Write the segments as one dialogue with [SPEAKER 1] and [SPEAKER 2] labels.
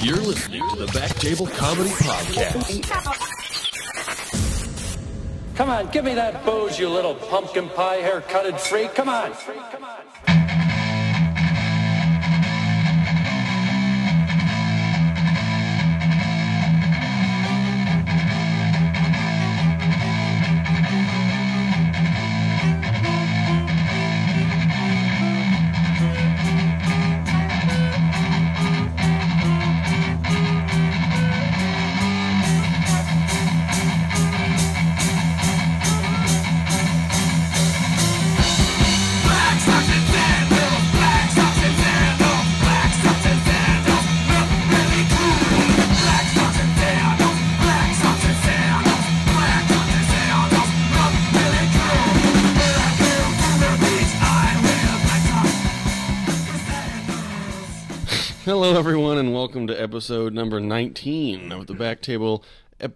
[SPEAKER 1] You're listening to the Back Table Comedy Podcast.
[SPEAKER 2] Come on, give me that booze, you little pumpkin pie haircutted freak. Come on.
[SPEAKER 3] Hello, everyone, and welcome to episode number 19 of the Back Table. Ep-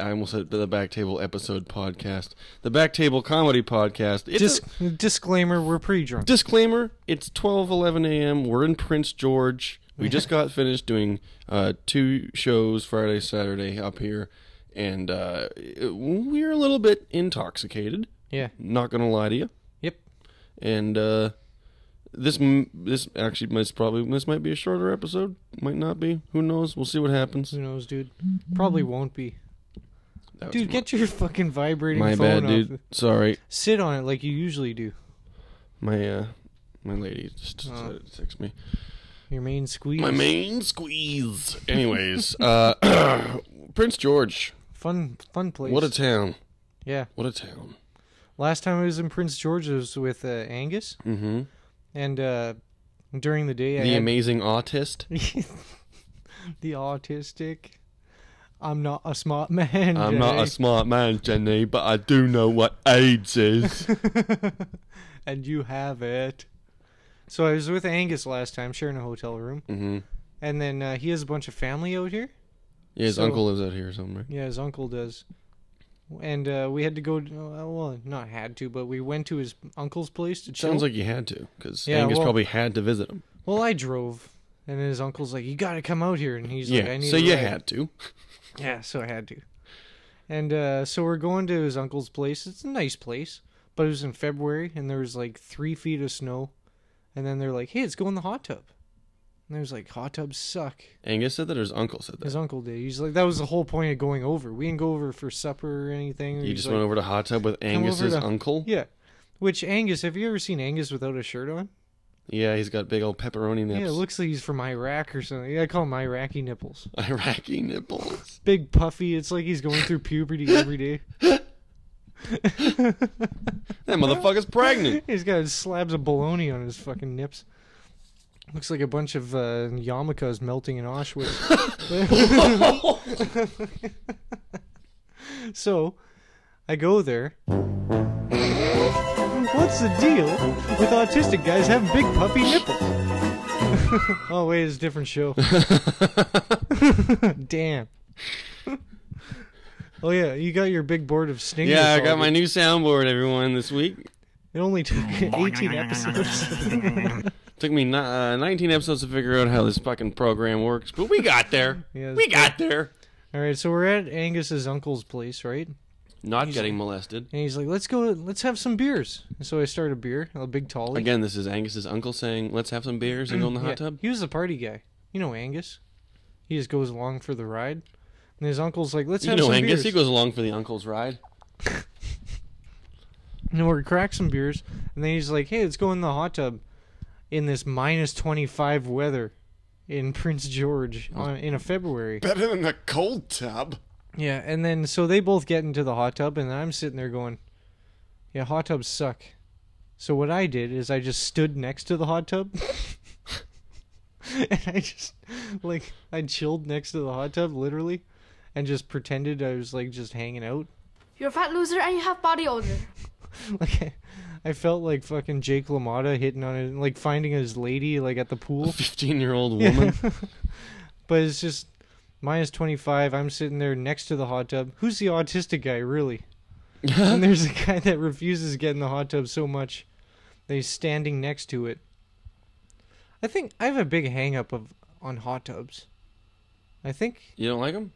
[SPEAKER 3] I almost said the Back Table episode podcast. The Back Table comedy podcast. It's
[SPEAKER 4] Dis-
[SPEAKER 3] a-
[SPEAKER 4] disclaimer: We're pretty drunk.
[SPEAKER 3] disclaimer it's 12 11 a.m we're in prince george we just got finished doing uh, two shows friday saturday up here and uh, it- we're a little bit intoxicated
[SPEAKER 4] yeah.
[SPEAKER 3] not gonna lie to you
[SPEAKER 4] Yep.
[SPEAKER 3] and uh, this m- this actually might probably this might be a shorter episode might not be who knows we'll see what happens
[SPEAKER 4] Who knows, dude? Probably won't be.
[SPEAKER 3] That was
[SPEAKER 4] Dude,
[SPEAKER 3] my-
[SPEAKER 4] get your fucking vibrating
[SPEAKER 3] my
[SPEAKER 4] phone
[SPEAKER 3] bad
[SPEAKER 4] off.
[SPEAKER 3] dude sorry
[SPEAKER 4] Sit on it like you usually do.
[SPEAKER 3] my uh my lady just
[SPEAKER 4] Uh.
[SPEAKER 3] decided to text me
[SPEAKER 4] Your main squeeze.
[SPEAKER 3] My main squeeze. Anyways, uh, Prince George.
[SPEAKER 4] Fun, fun place.
[SPEAKER 3] What a town.
[SPEAKER 4] yeah.
[SPEAKER 3] What a town.
[SPEAKER 4] Last time I was in Prince George, I was with uh, Angus,
[SPEAKER 3] Mm-hmm.
[SPEAKER 4] and uh, during the day, I
[SPEAKER 3] The
[SPEAKER 4] had
[SPEAKER 3] amazing autist.
[SPEAKER 4] the autistic. I'm not a smart man.
[SPEAKER 3] I'm not a
[SPEAKER 4] Jay.
[SPEAKER 3] smart man, Jenny, but I do know what AIDS is.
[SPEAKER 4] and you have it. So I was with Angus last time, sharing a hotel room,
[SPEAKER 3] mm-hmm.
[SPEAKER 4] and then uh, he has a bunch of family out here.
[SPEAKER 3] Yeah, his
[SPEAKER 4] So-
[SPEAKER 3] uncle lives out here or something, right?
[SPEAKER 4] Yeah, his uncle does. And uh, we had to go. uh, Well, not had to, but we went to his uncle's place to chill.
[SPEAKER 3] Sounds like you had to, because
[SPEAKER 4] Yeah,
[SPEAKER 3] Angus
[SPEAKER 4] well-
[SPEAKER 3] probably had to visit him.
[SPEAKER 4] well, I drove, and then his uncle's like, "You got to come out here," and he's like,
[SPEAKER 3] yeah,
[SPEAKER 4] "I need."
[SPEAKER 3] so
[SPEAKER 4] a
[SPEAKER 3] you
[SPEAKER 4] ride."
[SPEAKER 3] had to.
[SPEAKER 4] Yeah, so I had to. And uh, so we're going to his uncle's place. It's a nice place, but it was in February, and there was like three feet of snow. And then they're like, "Hey, let's go in the hot tub." And I was like, "Hot tubs suck."
[SPEAKER 3] Angus said that, or his uncle said that.
[SPEAKER 4] His uncle did. He's like, "That was the whole point of going over. We didn't go over for supper or anything."
[SPEAKER 3] You
[SPEAKER 4] He's
[SPEAKER 3] just
[SPEAKER 4] like,
[SPEAKER 3] went over to hot tub with Angus's
[SPEAKER 4] to-
[SPEAKER 3] uncle.
[SPEAKER 4] Yeah. Which Angus, have you ever seen Angus without a shirt on?
[SPEAKER 3] Yeah, he's got big old pepperoni nips.
[SPEAKER 4] Yeah, it looks like he's from Iraq or something. I call him Iraqi nipples.
[SPEAKER 3] Iraqi nipples.
[SPEAKER 4] Big puffy, it's like he's going through puberty every day.
[SPEAKER 3] That motherfucker's pregnant.
[SPEAKER 4] He's got slabs of bologna on his fucking nips. Looks like a bunch of uh, yarmulkes melting in Auschwitz. so, I go there. What's the deal with autistic guys having big puffy nipples? oh wait, it's a different show. Damn. oh yeah, you got your big board of stingers.
[SPEAKER 3] Yeah, I got
[SPEAKER 4] all
[SPEAKER 3] my new soundboard, everyone, this week.
[SPEAKER 4] it only took 18 episodes.
[SPEAKER 3] Took me ni- uh, 19 episodes to figure out how this fucking program works, but we got there.
[SPEAKER 4] Yes.
[SPEAKER 3] we got there.
[SPEAKER 4] All right, so we're at Angus's uncle's place, right?
[SPEAKER 3] Not getting molested.
[SPEAKER 4] And he's like, "Let's go, let's have some beers." And so I start a beer, a big tall.
[SPEAKER 3] Again, this is Angus's uncle saying, "Let's have some beers and go in the hot tub."
[SPEAKER 4] He was the party guy. You know Angus. He just goes along for the ride. And his uncle's like, "Let's
[SPEAKER 3] You
[SPEAKER 4] have
[SPEAKER 3] know,
[SPEAKER 4] some
[SPEAKER 3] Angus,
[SPEAKER 4] beers."
[SPEAKER 3] he goes along for the uncle's ride.
[SPEAKER 4] and we're crack some beers, and then he's like, "Hey, let's go in the hot tub in this minus 25 weather." In Prince George
[SPEAKER 3] Oh.
[SPEAKER 4] on, in a February.
[SPEAKER 3] Better than the cold tub.
[SPEAKER 4] Yeah, and then so they both get into the hot tub, and I'm sitting there going, "Yeah, hot tubs suck." So what I did is I just stood next to the hot tub, and I just like I chilled next to the hot tub, literally, and just pretended I was like just hanging out.
[SPEAKER 5] You're a fat loser and you have body odor.
[SPEAKER 4] Like I, I felt like fucking Jake LaMotta hitting on it, like finding his lady like at the pool.
[SPEAKER 3] Fifteen-year-old woman.
[SPEAKER 4] but it's just minus 25 i'm sitting there next to the hot tub who's the autistic guy really and there's a guy that refuses to get in the hot tub so much that he's standing next to it i think i have a big hang up of on hot tubs. I think
[SPEAKER 3] You don't like them?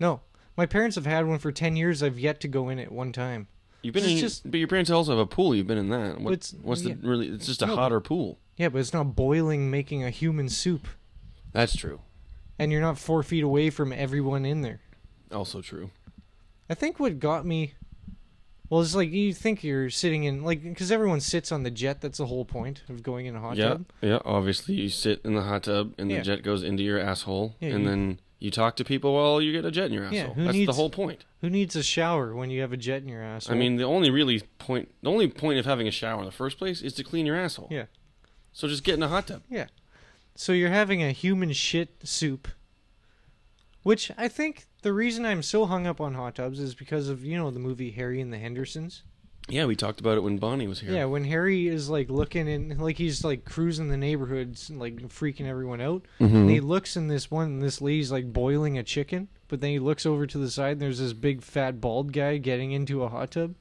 [SPEAKER 4] no. My parents have had one for ten years. I've yet to go in it one time.
[SPEAKER 3] You've been
[SPEAKER 4] It's
[SPEAKER 3] in,
[SPEAKER 4] just-
[SPEAKER 3] but your parents also have a pool. You've been in that. What,
[SPEAKER 4] It's-
[SPEAKER 3] what's the
[SPEAKER 4] yeah.
[SPEAKER 3] really? It's just a
[SPEAKER 4] No, but-
[SPEAKER 3] hotter pool.
[SPEAKER 4] Yeah, but it's not boiling, making a human soup,
[SPEAKER 3] That's true.
[SPEAKER 4] and you're not four feet away from everyone in there.
[SPEAKER 3] Also true.
[SPEAKER 4] I think what got me, well, it's like you think you're sitting in like because everyone sits on the jet. That's the whole point of going in a hot
[SPEAKER 3] yeah,
[SPEAKER 4] tub.
[SPEAKER 3] yeah. Obviously, you sit in the hot tub, and
[SPEAKER 4] Yeah.
[SPEAKER 3] the jet goes into your asshole,
[SPEAKER 4] Yeah,
[SPEAKER 3] and
[SPEAKER 4] you-
[SPEAKER 3] then you talk to people while you get a jet in your asshole.
[SPEAKER 4] Yeah, who
[SPEAKER 3] That's the
[SPEAKER 4] needs-
[SPEAKER 3] whole point.
[SPEAKER 4] Who needs a shower when you have a jet in your asshole?
[SPEAKER 3] I mean, the only really point, the only point of having a shower in the first place is to clean your asshole.
[SPEAKER 4] yeah,
[SPEAKER 3] So just get in a hot tub.
[SPEAKER 4] yeah. So you're having a human shit soup, which I think the reason I'm so hung up on hot tubs is because of you know the movie Harry and the Hendersons.
[SPEAKER 3] Yeah, we talked about it when Bonnie was here.
[SPEAKER 4] Yeah, when Harry is like looking in, like he's like cruising the neighborhoods, and, like freaking everyone out.
[SPEAKER 3] Mm-hmm.
[SPEAKER 4] And he looks in this one, and this lady's like boiling a chicken. But then he looks over to the side, and there's this big fat bald guy getting into a hot tub.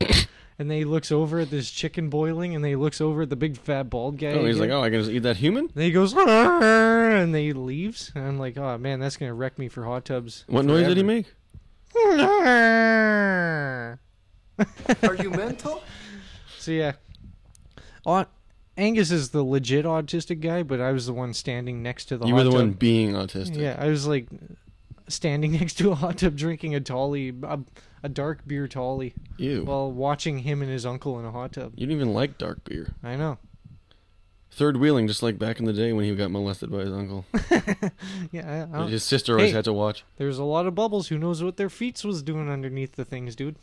[SPEAKER 4] and then he looks over at this chicken boiling, and then he looks over at the big fat bald guy.
[SPEAKER 3] Oh, he's like,
[SPEAKER 4] again.
[SPEAKER 3] oh, I can just eat that human.
[SPEAKER 4] Then he goes, "Arr," and then he leaves. And I'm like, oh man, that's gonna wreck me for hot tubs.
[SPEAKER 3] What noise did he make?
[SPEAKER 4] make?
[SPEAKER 6] Are you mental?
[SPEAKER 4] So yeah, Au- Angus is the legit autistic guy, but I was the one standing next to the.
[SPEAKER 3] you
[SPEAKER 4] hot
[SPEAKER 3] were the
[SPEAKER 4] tub.
[SPEAKER 3] one being autistic.
[SPEAKER 4] Yeah, I was like standing next to a hot tub, drinking a tolly, a, a dark beer tolly,
[SPEAKER 3] Ew.
[SPEAKER 4] while watching him and his uncle in a hot tub.
[SPEAKER 3] you didn't even like dark beer.
[SPEAKER 4] I know.
[SPEAKER 3] Third wheeling, just like back in the day when he got molested by his uncle.
[SPEAKER 4] Yeah, I, I don't-
[SPEAKER 3] His sister always
[SPEAKER 4] Hey.
[SPEAKER 3] had to watch.
[SPEAKER 4] there's a lot of bubbles. Who knows what their feet was doing underneath the things, dude?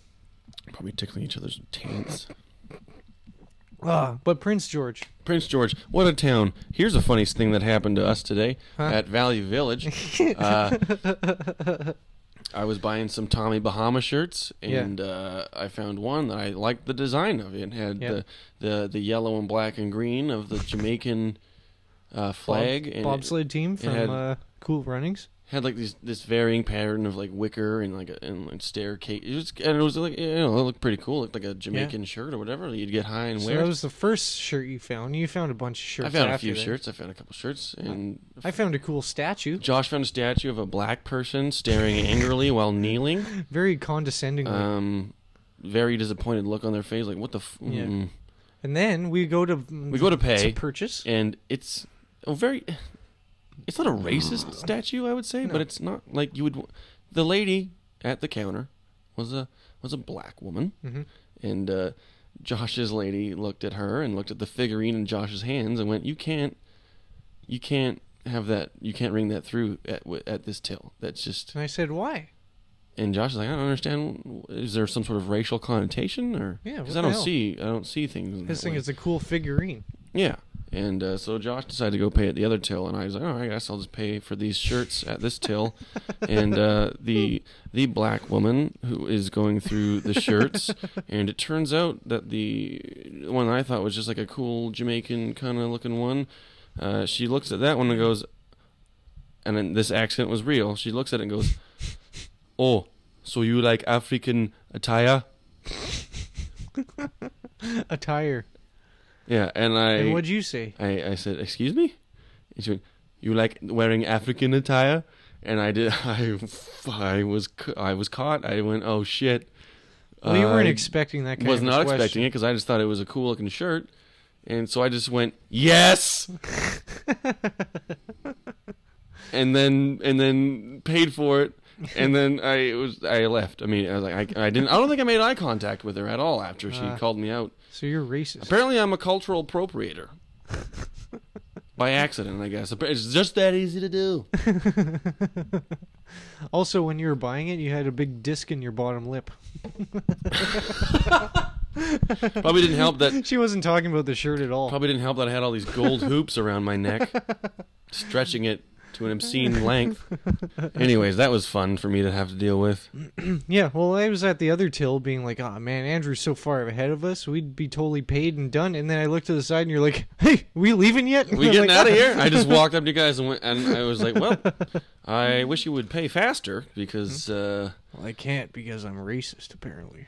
[SPEAKER 3] Probably tickling each other's taints.
[SPEAKER 4] Ah, but Prince George.
[SPEAKER 3] Prince George, what a town. Here's a funny thing that happened to us today
[SPEAKER 4] Huh?
[SPEAKER 3] at Valley Village. uh, I was buying some Tommy Bahama shirts,
[SPEAKER 4] Yeah.
[SPEAKER 3] and uh, I found one that I liked the design of. It had
[SPEAKER 4] Yeah.
[SPEAKER 3] the, the, the yellow and black and green of the Jamaican uh,
[SPEAKER 4] Bob-
[SPEAKER 3] flag. and it-
[SPEAKER 4] bobsled team from
[SPEAKER 3] had-
[SPEAKER 4] uh, Cool Runnings.
[SPEAKER 3] had like these this varying pattern of like wicker and like a and like staircase. It was and it was like you know it looked pretty cool. It looked like a Jamaican shirt or whatever. You'd get high and
[SPEAKER 4] So
[SPEAKER 3] wear.
[SPEAKER 4] that
[SPEAKER 3] it.
[SPEAKER 4] was the first shirt you found. You found a bunch of shirts.
[SPEAKER 3] I found a
[SPEAKER 4] after
[SPEAKER 3] few
[SPEAKER 4] that.
[SPEAKER 3] shirts. I found a couple shirts, and
[SPEAKER 4] I found a cool statue.
[SPEAKER 3] Josh found a statue of a black person staring angrily while kneeling.
[SPEAKER 4] very condescendingly.
[SPEAKER 3] Um, very disappointed look on their face, like what the. F-
[SPEAKER 4] Yeah.
[SPEAKER 3] mm.
[SPEAKER 4] and then we go to
[SPEAKER 3] We go to pay,
[SPEAKER 4] purchase.
[SPEAKER 3] and it's a very. It's not a racist statue, I would say, but it's not like you would. w- The lady at the counter was a was a black woman, and uh, Josh's lady looked at her and looked at the figurine in Josh's hands and went, "You can't, you can't have that. You can't ring that through at w- at this till. That's just."
[SPEAKER 4] And I said, "Why?"
[SPEAKER 3] And Josh is like, "I don't understand. Is there some sort of racial connotation or?
[SPEAKER 4] Yeah, what
[SPEAKER 3] I
[SPEAKER 4] the
[SPEAKER 3] don't
[SPEAKER 4] hell?
[SPEAKER 3] see, I don't see things. in
[SPEAKER 4] This
[SPEAKER 3] that
[SPEAKER 4] thing
[SPEAKER 3] way.
[SPEAKER 4] is a cool figurine.
[SPEAKER 3] Yeah. And uh, so Josh decided to go pay at the other till, and I was like, "Oh, I guess I'll just pay for these shirts at this till." and uh, the the black woman who is going through the shirts, and it turns out that the one I thought was just like a cool Jamaican kind of looking one, uh, she looks at that one and goes, and then this accent was real. She looks at it and goes, "Oh, so you like African attire?"
[SPEAKER 4] Attire.
[SPEAKER 3] Yeah, and I
[SPEAKER 4] and what'd you say?
[SPEAKER 3] I, I said, "Excuse me," and she went, "You like wearing African attire?" And I did. I, I was c- I was caught. I went, "Oh shit!"
[SPEAKER 4] Well, you weren't
[SPEAKER 3] Uh, I
[SPEAKER 4] expecting that kind
[SPEAKER 3] Was
[SPEAKER 4] of
[SPEAKER 3] not
[SPEAKER 4] question.
[SPEAKER 3] expecting it because I just thought it was a cool looking shirt, and so I just went, "Yes." and then and then paid for it. And then I was I left. I mean, I was like I, I didn't. I don't think I made eye contact with her at all after she
[SPEAKER 4] Ah.
[SPEAKER 3] called me out.
[SPEAKER 4] So you're racist.
[SPEAKER 3] Apparently, I'm a cultural appropriator. By accident, I guess. It's just that easy to do.
[SPEAKER 4] Also, when you were buying it, you had a big disc in your bottom lip.
[SPEAKER 3] Probably didn't help that.
[SPEAKER 4] She wasn't talking about the shirt at all.
[SPEAKER 3] Probably didn't help that I had all these gold hoops around my neck, stretching it to an obscene length. Anyways, that was fun for me to have to deal with.
[SPEAKER 4] Yeah. Well, I was at the other till, being like, "Ah, man, Andrew's so far ahead of us. We'd be totally paid and done." And then I looked to the side, and you're like, "Hey, we leaving yet?"
[SPEAKER 3] We
[SPEAKER 4] I'm
[SPEAKER 3] getting
[SPEAKER 4] like, "Ah,
[SPEAKER 3] out of here? I just walked up to you guys and went, and I was like, "Well, I wish you would pay faster
[SPEAKER 4] Hmm.
[SPEAKER 3] because uh,
[SPEAKER 4] Well, I can't because I'm racist, apparently.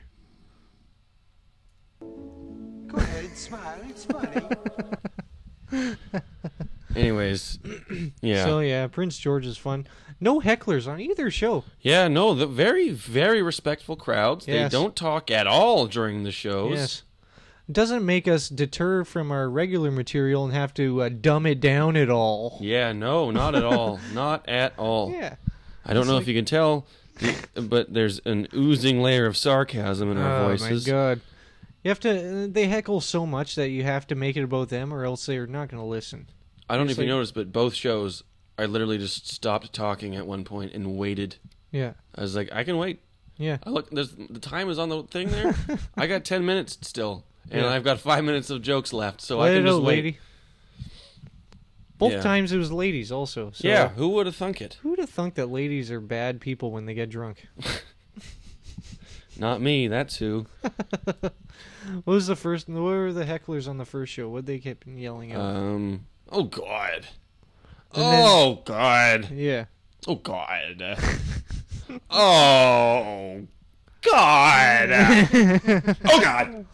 [SPEAKER 6] Go ahead, smile. It's funny.
[SPEAKER 3] Anyways, yeah,
[SPEAKER 4] So yeah, Prince George is fun. No hecklers on either show.
[SPEAKER 3] yeah. No, the very very respectful crowds.
[SPEAKER 4] Yes.
[SPEAKER 3] They don't talk at all during the shows.
[SPEAKER 4] Yes. Doesn't make us deter from our regular material and have to uh, dumb it down at all.
[SPEAKER 3] Yeah, no, not at all. not at all.
[SPEAKER 4] Yeah.
[SPEAKER 3] I don't know if you can tell, but there's an oozing layer of sarcasm in our
[SPEAKER 4] oh
[SPEAKER 3] voices.
[SPEAKER 4] my god. You have to. uh, They heckle so much that you have to make it about them, or else they're not going to listen.
[SPEAKER 3] I don't know if
[SPEAKER 4] It's
[SPEAKER 3] you
[SPEAKER 4] like-
[SPEAKER 3] noticed, but both shows, I literally just stopped talking at one point and waited.
[SPEAKER 4] Yeah.
[SPEAKER 3] I was like, I can wait.
[SPEAKER 4] Yeah.
[SPEAKER 3] I look, there's the time is on the thing there. I got ten minutes still, and
[SPEAKER 4] Yeah.
[SPEAKER 3] I've got five minutes of jokes left, so I
[SPEAKER 4] Let
[SPEAKER 3] can
[SPEAKER 4] it
[SPEAKER 3] just
[SPEAKER 4] out,
[SPEAKER 3] wait.
[SPEAKER 4] lady. Both
[SPEAKER 3] Yeah.
[SPEAKER 4] times it was ladies, also. So
[SPEAKER 3] Yeah, who would have thunk it?
[SPEAKER 4] Who'd have thunk that ladies are bad people when they get drunk?
[SPEAKER 3] Not me. That's who.
[SPEAKER 4] What was the first? What were the hecklers on the first show? What they kept yelling at?
[SPEAKER 3] Um. Oh God.
[SPEAKER 4] then-
[SPEAKER 3] Oh God.
[SPEAKER 4] yeah.
[SPEAKER 3] Oh God. oh God. oh God.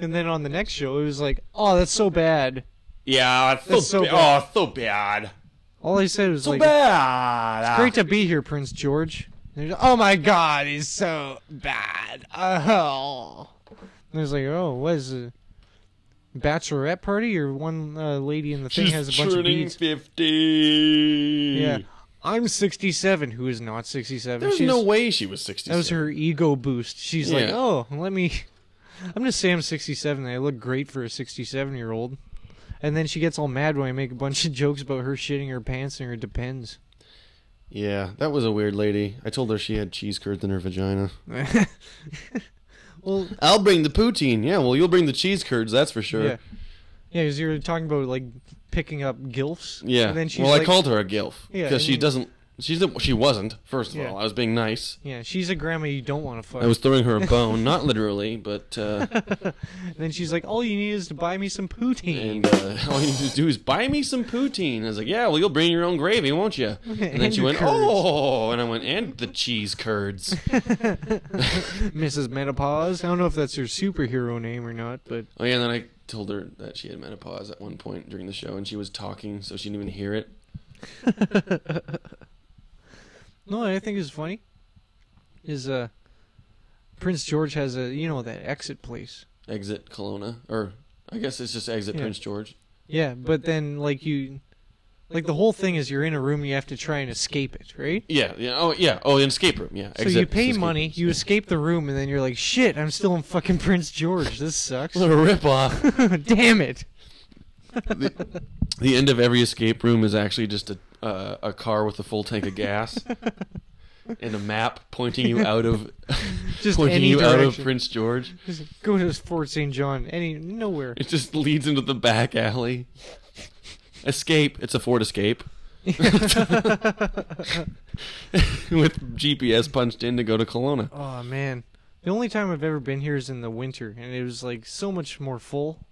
[SPEAKER 4] And then on the next show, it was like, "Oh, that's so bad."
[SPEAKER 3] Yeah, it's so,
[SPEAKER 4] That's so
[SPEAKER 3] ba-
[SPEAKER 4] bad.
[SPEAKER 3] Oh, so bad.
[SPEAKER 4] All I said was
[SPEAKER 3] So
[SPEAKER 4] like,
[SPEAKER 3] bad.
[SPEAKER 4] "Great to be here, Prince George." And they're, oh my God, he's so bad. Oh. And I was like, "Oh, what is it? Bachelorette party or one uh, lady in the thing
[SPEAKER 3] She's
[SPEAKER 4] has a bunch of
[SPEAKER 3] turning
[SPEAKER 4] beads?"
[SPEAKER 3] fifty.
[SPEAKER 4] Yeah. I'm 67. Who is not 67?
[SPEAKER 3] There's
[SPEAKER 4] She's-
[SPEAKER 3] no way she was sixty.
[SPEAKER 4] That was her ego boost. She's like,
[SPEAKER 3] Yeah.
[SPEAKER 4] oh, let me. I'm just saying I'm 67. I look great for a 67 year old. And then she gets all mad when I make a bunch of jokes about her shitting her pants and her depends.
[SPEAKER 3] Yeah, that was a weird lady. I told her she had cheese curds in her vagina.
[SPEAKER 4] Well,
[SPEAKER 3] I'll bring the poutine. Yeah, well, you'll bring the cheese curds, that's for sure.
[SPEAKER 4] yeah. Yeah, because you were talking about, like, picking up gilfs.
[SPEAKER 3] Yeah.
[SPEAKER 4] And then she's
[SPEAKER 3] well,
[SPEAKER 4] like,
[SPEAKER 3] I called her a gilf
[SPEAKER 4] Yeah,
[SPEAKER 3] because she
[SPEAKER 4] and-
[SPEAKER 3] doesn't. She's a, she wasn't. First of
[SPEAKER 4] Yeah.
[SPEAKER 3] all, I was being nice.
[SPEAKER 4] Yeah, she's a grandma you don't want to fuck.
[SPEAKER 3] I was throwing her a bone, not literally, but uh,
[SPEAKER 4] And then she's like, all you need is to buy me some poutine.
[SPEAKER 3] and uh, all you need to do is buy me some poutine. I was like, yeah, well, you'll bring your own gravy, won't you? And then
[SPEAKER 4] And
[SPEAKER 3] she
[SPEAKER 4] your
[SPEAKER 3] went,
[SPEAKER 4] curds.
[SPEAKER 3] oh, and I went, and the cheese curds.
[SPEAKER 4] Mrs. Menopause. I don't know if that's her superhero name or not, but
[SPEAKER 3] oh yeah, and then I told her that she had menopause at one point during the show, and she was talking, so she didn't even hear it.
[SPEAKER 4] No, I think is funny is uh Prince George has a you know that exit place.
[SPEAKER 3] Exit Kelowna, or I guess it's just exit
[SPEAKER 4] Yeah.
[SPEAKER 3] Prince George.
[SPEAKER 4] Yeah, but then like you like the whole thing is you're in a room you have to try and escape it, right?
[SPEAKER 3] Yeah, yeah, oh yeah, oh, an escape room, yeah.
[SPEAKER 4] So
[SPEAKER 3] exit
[SPEAKER 4] you pay
[SPEAKER 3] escape
[SPEAKER 4] money,
[SPEAKER 3] rooms.
[SPEAKER 4] you escape the room and then you're like, "Shit, I'm still in fucking Prince George. This sucks."
[SPEAKER 3] What a ripoff.
[SPEAKER 4] Damn it.
[SPEAKER 3] the, the end of every escape room is actually just a uh, a car with a full tank of gas and a map pointing you out of
[SPEAKER 4] Just
[SPEAKER 3] pointing
[SPEAKER 4] any
[SPEAKER 3] you out of
[SPEAKER 4] direction.
[SPEAKER 3] Prince George.
[SPEAKER 4] Just go to Fort St. John, any nowhere.
[SPEAKER 3] It just leads into the back alley. Escape. It's a Ford Escape. with GPS punched in to go to Kelowna.
[SPEAKER 4] Oh man, the only time I've ever been here is in the winter, and it was like so much more full.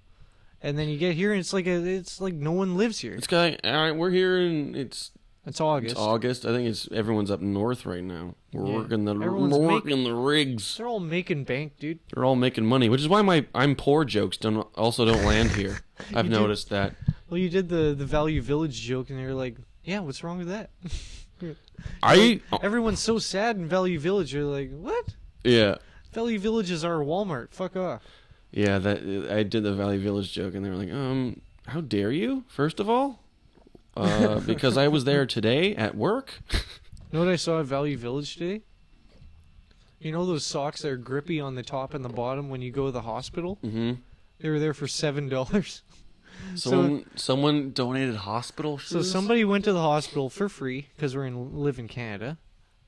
[SPEAKER 4] And then you get here, and it's like a, it's like no one lives here.
[SPEAKER 3] It's kind of, all right, we're here and it's,
[SPEAKER 4] It's August.
[SPEAKER 3] it's August. I think it's everyone's up north right now. We're
[SPEAKER 4] Yeah.
[SPEAKER 3] working the
[SPEAKER 4] Everyone's
[SPEAKER 3] we're
[SPEAKER 4] making-
[SPEAKER 3] working the rigs.
[SPEAKER 4] They're all making bank, dude.
[SPEAKER 3] They're all making money, which is why my I'm poor jokes don't also don't land here. I've
[SPEAKER 4] You do-
[SPEAKER 3] noticed that.
[SPEAKER 4] Well, you did the the value village joke, and they're like, "Yeah, what's wrong with that?"
[SPEAKER 3] I
[SPEAKER 4] Everyone's so sad in Value Village. You're like, "What?
[SPEAKER 3] yeah
[SPEAKER 4] Value Village is our Walmart. Fuck off."
[SPEAKER 3] yeah that I did the Valley Village joke, and they were like, um, how dare you? First of all, uh, because I was there today at work.
[SPEAKER 4] You know what I saw at Value Village today? You know those socks that are grippy on the top and the bottom when you go to the hospital?
[SPEAKER 3] hmm
[SPEAKER 4] They were there for seven dollars.
[SPEAKER 3] Someone someone donated hospital
[SPEAKER 4] So
[SPEAKER 3] shoes.
[SPEAKER 4] somebody went to the hospital for free because we're in live in Canada,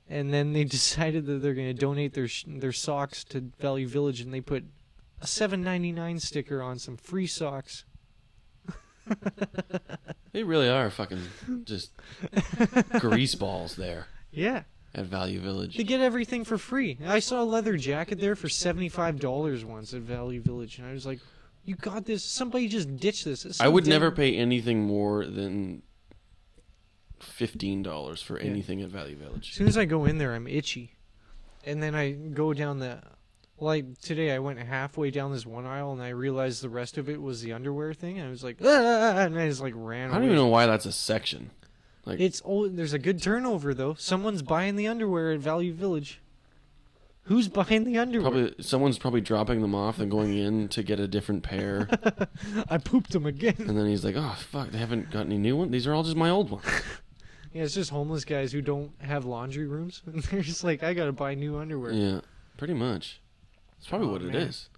[SPEAKER 4] and then they decided that they're going to donate their sh- their socks to Value Village, and they put a seven ninety nine sticker on some free socks.
[SPEAKER 3] they really are fucking just grease balls there
[SPEAKER 4] Yeah,
[SPEAKER 3] at Value Village.
[SPEAKER 4] they get everything for free. I saw a leather jacket there for seventy five dollars once at Value Village, and I was like, "You got this! Somebody just ditched this." It's so
[SPEAKER 3] I would
[SPEAKER 4] damn-
[SPEAKER 3] never pay anything more than fifteen dollars for anything at Value Village.
[SPEAKER 4] As soon as I go in there, I'm itchy, and then I go down the Like today, I went halfway down this one aisle and I realized the rest of it was the underwear thing. I was like, ah, and I just like ran.
[SPEAKER 3] I don't
[SPEAKER 4] away.
[SPEAKER 3] even know why that's a section. Like
[SPEAKER 4] It's oh, there's a good turnover though. Someone's buying the underwear at Value Village. Who's buying the underwear?
[SPEAKER 3] probably someone's probably dropping them off and going in to get a different pair,
[SPEAKER 4] I pooped them again.
[SPEAKER 3] and then he's like, "Oh fuck, they haven't got any new ones. These are all just my old ones."
[SPEAKER 4] Yeah, it's just homeless guys who don't have laundry rooms. And they're just like, I gotta buy new underwear.
[SPEAKER 3] Yeah, pretty much. That's probably
[SPEAKER 4] Oh,
[SPEAKER 3] what it
[SPEAKER 4] man.
[SPEAKER 3] is.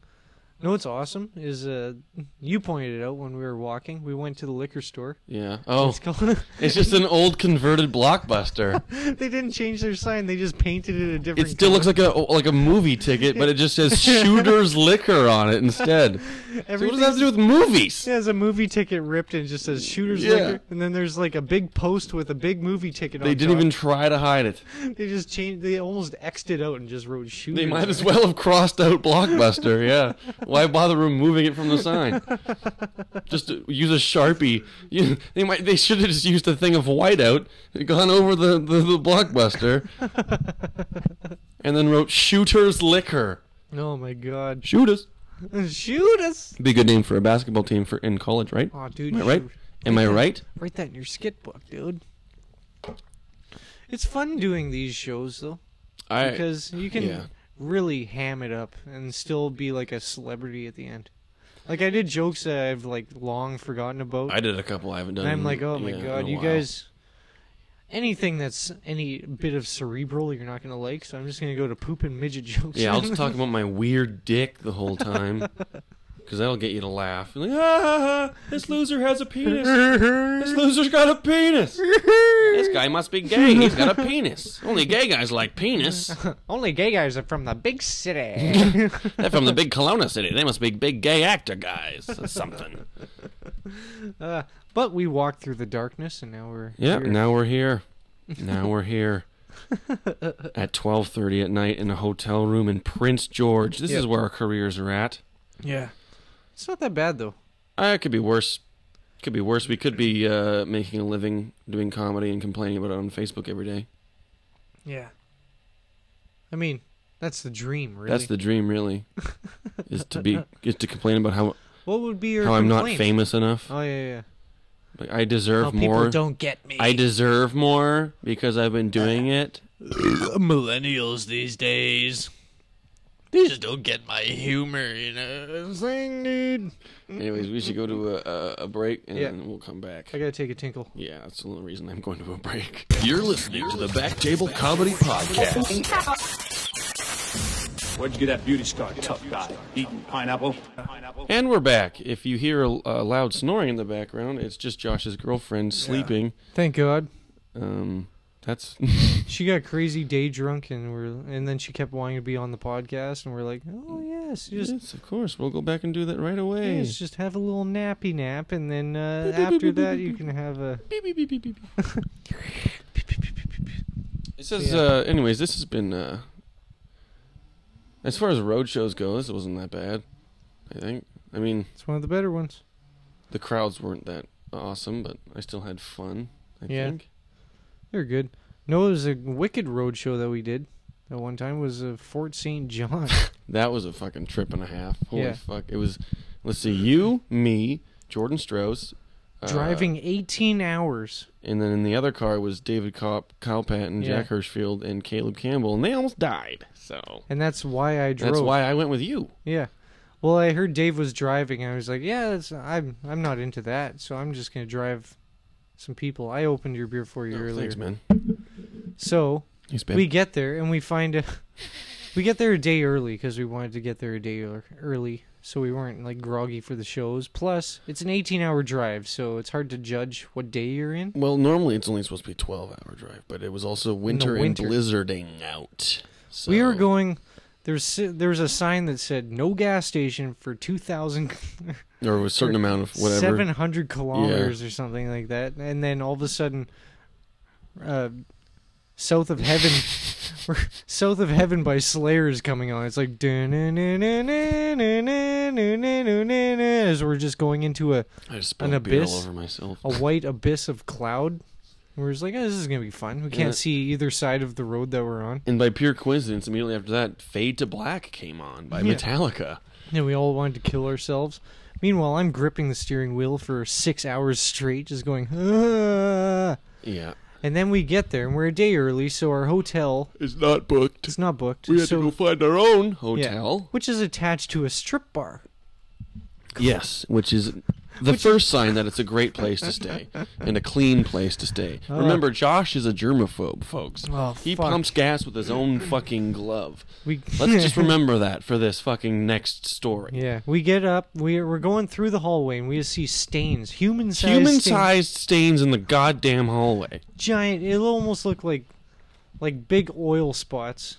[SPEAKER 4] No, what's awesome is uh, you pointed it out when we were walking. We went to the liquor store.
[SPEAKER 3] Yeah. Oh,
[SPEAKER 4] It's called.
[SPEAKER 3] it's just an old converted blockbuster.
[SPEAKER 4] they didn't change their sign. They just painted it a different.
[SPEAKER 3] It still looks like a like a movie ticket, but it just says Shooter's Liquor on it instead.
[SPEAKER 4] like
[SPEAKER 3] So what does that have to do with movies?
[SPEAKER 4] It has a movie ticket ripped and it just says "Shooters
[SPEAKER 3] Yeah.
[SPEAKER 4] Liquor," and then there's like a big post with a big movie ticket.
[SPEAKER 3] They
[SPEAKER 4] on
[SPEAKER 3] didn't
[SPEAKER 4] top.
[SPEAKER 3] even try to hide it.
[SPEAKER 4] They just changed. They almost xed it out and just wrote "Shooters."
[SPEAKER 3] They might as well have crossed out Blockbuster. Yeah, why bother removing it from the sign? Just use a sharpie. You- They might. They should have just used a thing of whiteout, gone over the the, the Blockbuster, and then wrote Shooters Liquor.
[SPEAKER 4] Oh my god!
[SPEAKER 3] Shooters.
[SPEAKER 4] Shoot us!
[SPEAKER 3] Be a good name for a basketball team for in college, right?
[SPEAKER 4] Aw, dude,
[SPEAKER 3] Am I
[SPEAKER 4] you
[SPEAKER 3] right?
[SPEAKER 4] should
[SPEAKER 3] Am I right?
[SPEAKER 4] write that in your skit book, dude. It's fun doing these shows though,
[SPEAKER 3] I
[SPEAKER 4] because you can
[SPEAKER 3] yeah.
[SPEAKER 4] really ham it up and still be like a celebrity at the end. Like I did jokes that I've like long forgotten about.
[SPEAKER 3] I did a couple I haven't done.
[SPEAKER 4] And I'm like, oh my
[SPEAKER 3] yeah, in
[SPEAKER 4] god,
[SPEAKER 3] a
[SPEAKER 4] you
[SPEAKER 3] while.
[SPEAKER 4] guys. Anything that's any bit of cerebral, you're not gonna like. So I'm just gonna go to poop and midget jokes.
[SPEAKER 3] Yeah, I'll just talk about my weird dick the whole time. Because that'll get you to laugh. Like, ah, this loser has a penis. This loser's got a penis. This guy must be gay. He's got a penis. Only gay guys like penis.
[SPEAKER 4] Only gay guys are from the big city.
[SPEAKER 3] They're from the big Kelowna city. They must be big gay actor guys or something.
[SPEAKER 4] uh, but we walked through the darkness, and now we're
[SPEAKER 3] Yeah,
[SPEAKER 4] here.
[SPEAKER 3] now we're here. Now we're here. at 12.30 at night in a hotel room in Prince George. This is
[SPEAKER 4] Yep.
[SPEAKER 3] where our careers are at.
[SPEAKER 4] yeah. It's not that bad though.
[SPEAKER 3] Uh, it could be worse. Could be worse. We could be uh, making a living doing comedy and complaining about it on Facebook every day.
[SPEAKER 4] Yeah. I mean, that's the dream, really.
[SPEAKER 3] That's the dream, really, is to be is to complain about how
[SPEAKER 4] what would be your
[SPEAKER 3] how I'm not
[SPEAKER 4] complaint?
[SPEAKER 3] famous enough.
[SPEAKER 4] Oh yeah, yeah.
[SPEAKER 3] Like, I
[SPEAKER 4] How
[SPEAKER 3] deserve
[SPEAKER 4] people
[SPEAKER 3] more.
[SPEAKER 4] don't get me.
[SPEAKER 3] I deserve more because I've been doing it.
[SPEAKER 7] millennials these days. They just don't get my humor, you know.
[SPEAKER 4] Zing, dude.
[SPEAKER 3] Anyways, we should go to a, a, a break and
[SPEAKER 4] Yeah.
[SPEAKER 3] we'll come back.
[SPEAKER 4] I gotta take a tinkle.
[SPEAKER 3] Yeah, that's the only reason I'm going to a break.
[SPEAKER 1] You're listening to the Back Table Comedy Podcast.
[SPEAKER 8] Where'd you get that beauty scar, tough guy? Eating pineapple? Pineapple?
[SPEAKER 3] And we're back. If you hear a, a loud snoring in the background, it's just Josh's girlfriend sleeping.
[SPEAKER 4] Thank God.
[SPEAKER 3] Um, that's
[SPEAKER 4] She got crazy day drunk and we're and then she kept wanting to be on the podcast and we're like, oh yes, just
[SPEAKER 3] yes, of course. We'll go back and do that right away.
[SPEAKER 4] yes, just have a little nappy nap and then uh, after that you can have a
[SPEAKER 3] Beep, beep, beep, beep, beep, beep. this is,
[SPEAKER 4] Yeah.
[SPEAKER 3] uh, anyways, this has been, uh, as far as road shows go, this wasn't that bad. I think. I mean,
[SPEAKER 4] it's one of the better ones.
[SPEAKER 3] the crowds weren't that awesome, but I still had fun. I
[SPEAKER 4] Yeah.
[SPEAKER 3] think.
[SPEAKER 4] They're good. No, it was a wicked road show that we did. That one time was uh, Fort St. John.
[SPEAKER 3] That was a fucking trip and a half. Holy
[SPEAKER 4] Yeah.
[SPEAKER 3] fuck! It was. Let's see, you, me, Jordan Strauss, uh,
[SPEAKER 4] Driving 18 hours.
[SPEAKER 3] and then in the other car was David Kopp, Kyle Patton,
[SPEAKER 4] Yeah.
[SPEAKER 3] Jack Hirschfield, and Caleb Campbell, and they almost died. So
[SPEAKER 4] And that's why I drove.
[SPEAKER 3] that's why I went with you.
[SPEAKER 4] Yeah. Well, I heard Dave was driving, and I was like, "Yeah, that's, I'm I'm not into that, so I'm just gonna drive some people." I opened your beer for you
[SPEAKER 3] Oh,
[SPEAKER 4] earlier,
[SPEAKER 3] Thanks, man.
[SPEAKER 4] So
[SPEAKER 3] Thanks, babe.
[SPEAKER 4] we get there and we find a, we get there a day early because we wanted to get there a day ear- early, so we weren't like groggy for the shows. Plus, it's an 18-hour drive, so it's hard to judge what day you're in.
[SPEAKER 3] well, normally it's only supposed to be twelve hour drive, but it was also winter,
[SPEAKER 4] winter.
[SPEAKER 3] and blizzarding out. So
[SPEAKER 4] We were going. There's si- there was a sign that said no gas station for 2,000
[SPEAKER 3] or a certain amount of whatever.
[SPEAKER 4] seven hundred kilometers or something like that, and then all of a sudden, uh, south of heaven, south of heaven by Slayer is coming on. It's like "Dun-dun-dun-dun-dun-dun-dun-dun-dun-dun-dun-dun," as we're just going into a
[SPEAKER 3] I just spilled
[SPEAKER 4] an
[SPEAKER 3] beer all
[SPEAKER 4] abyss.
[SPEAKER 3] over myself.
[SPEAKER 4] a white abyss of cloud. We We're just like, oh, this is gonna be fun. We can't see either side of the road that we're on.
[SPEAKER 3] And by pure coincidence, immediately after that, Fade to Black came on by
[SPEAKER 4] Yeah.
[SPEAKER 3] Metallica.
[SPEAKER 4] And we all wanted to kill ourselves. Meanwhile, I'm gripping the steering wheel for six hours straight, just going. "Ah."
[SPEAKER 3] Yeah.
[SPEAKER 4] And then we get there, and we're a day early, so our hotel
[SPEAKER 3] It's not booked.
[SPEAKER 4] is not booked.
[SPEAKER 3] We had
[SPEAKER 4] so,
[SPEAKER 3] to go find our own
[SPEAKER 4] yeah,
[SPEAKER 3] hotel.
[SPEAKER 4] which is attached to a strip bar.
[SPEAKER 3] Yes, which is the first sign that it's a great place to stay and a clean place to stay. Remember, Josh is a germaphobe, folks.
[SPEAKER 4] Oh,
[SPEAKER 3] he
[SPEAKER 4] fuck.
[SPEAKER 3] pumps gas with his own fucking glove.
[SPEAKER 4] We
[SPEAKER 3] Let's just remember that for this fucking next story.
[SPEAKER 4] Yeah, we get up. We're we're going through the hallway, and we just see stains, human sized,
[SPEAKER 3] Human sized stains in the goddamn hallway.
[SPEAKER 4] giant. It'll almost look like like big oil spots,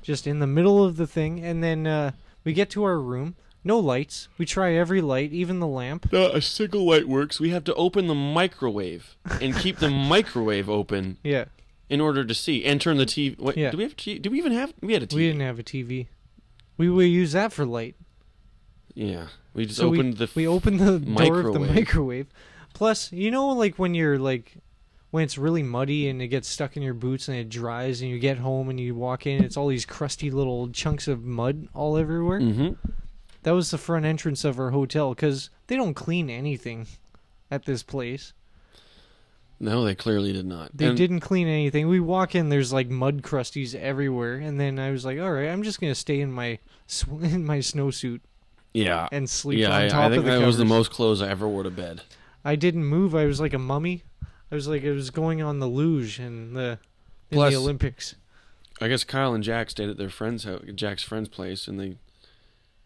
[SPEAKER 4] just in the middle of the thing. And then uh, we get to our room. No lights. We try every light, even the lamp.
[SPEAKER 3] Not a single light works. We have to open the microwave and keep the microwave open
[SPEAKER 4] Yeah,
[SPEAKER 3] in order to see and turn the TV. Wait,
[SPEAKER 4] Yeah.
[SPEAKER 3] do we have? T- do we even have? We had a TV.
[SPEAKER 4] we didn't have a TV. We we use that for light.
[SPEAKER 3] yeah, we just
[SPEAKER 4] So
[SPEAKER 3] opened
[SPEAKER 4] we,
[SPEAKER 3] the.
[SPEAKER 4] we opened the door of the
[SPEAKER 3] microwave.
[SPEAKER 4] microwave. Plus, you know, like when you're like when it's really muddy and it gets stuck in your boots and it dries and you get home and you walk in, it's all these crusty little chunks of mud all everywhere.
[SPEAKER 3] hmm
[SPEAKER 4] That was the front entrance of our hotel because they don't clean anything at this place.
[SPEAKER 3] No, they clearly did not.
[SPEAKER 4] They
[SPEAKER 3] And-
[SPEAKER 4] didn't clean anything. We walk in, there's like mud crusties everywhere, and then I was like, "All right, I'm just gonna stay in my sw- in my snowsuit
[SPEAKER 3] Yeah.
[SPEAKER 4] and sleep
[SPEAKER 3] yeah,
[SPEAKER 4] on
[SPEAKER 3] I-
[SPEAKER 4] top
[SPEAKER 3] I think
[SPEAKER 4] of the
[SPEAKER 3] that was the
[SPEAKER 4] covers."
[SPEAKER 3] most clothes I ever wore to bed.
[SPEAKER 4] I didn't move. I was like a mummy. I was like I was going on the luge in the in
[SPEAKER 3] Plus-
[SPEAKER 4] the Olympics.
[SPEAKER 3] I guess Kyle and Jack stayed at their friend's house, Jack's friend's place, and they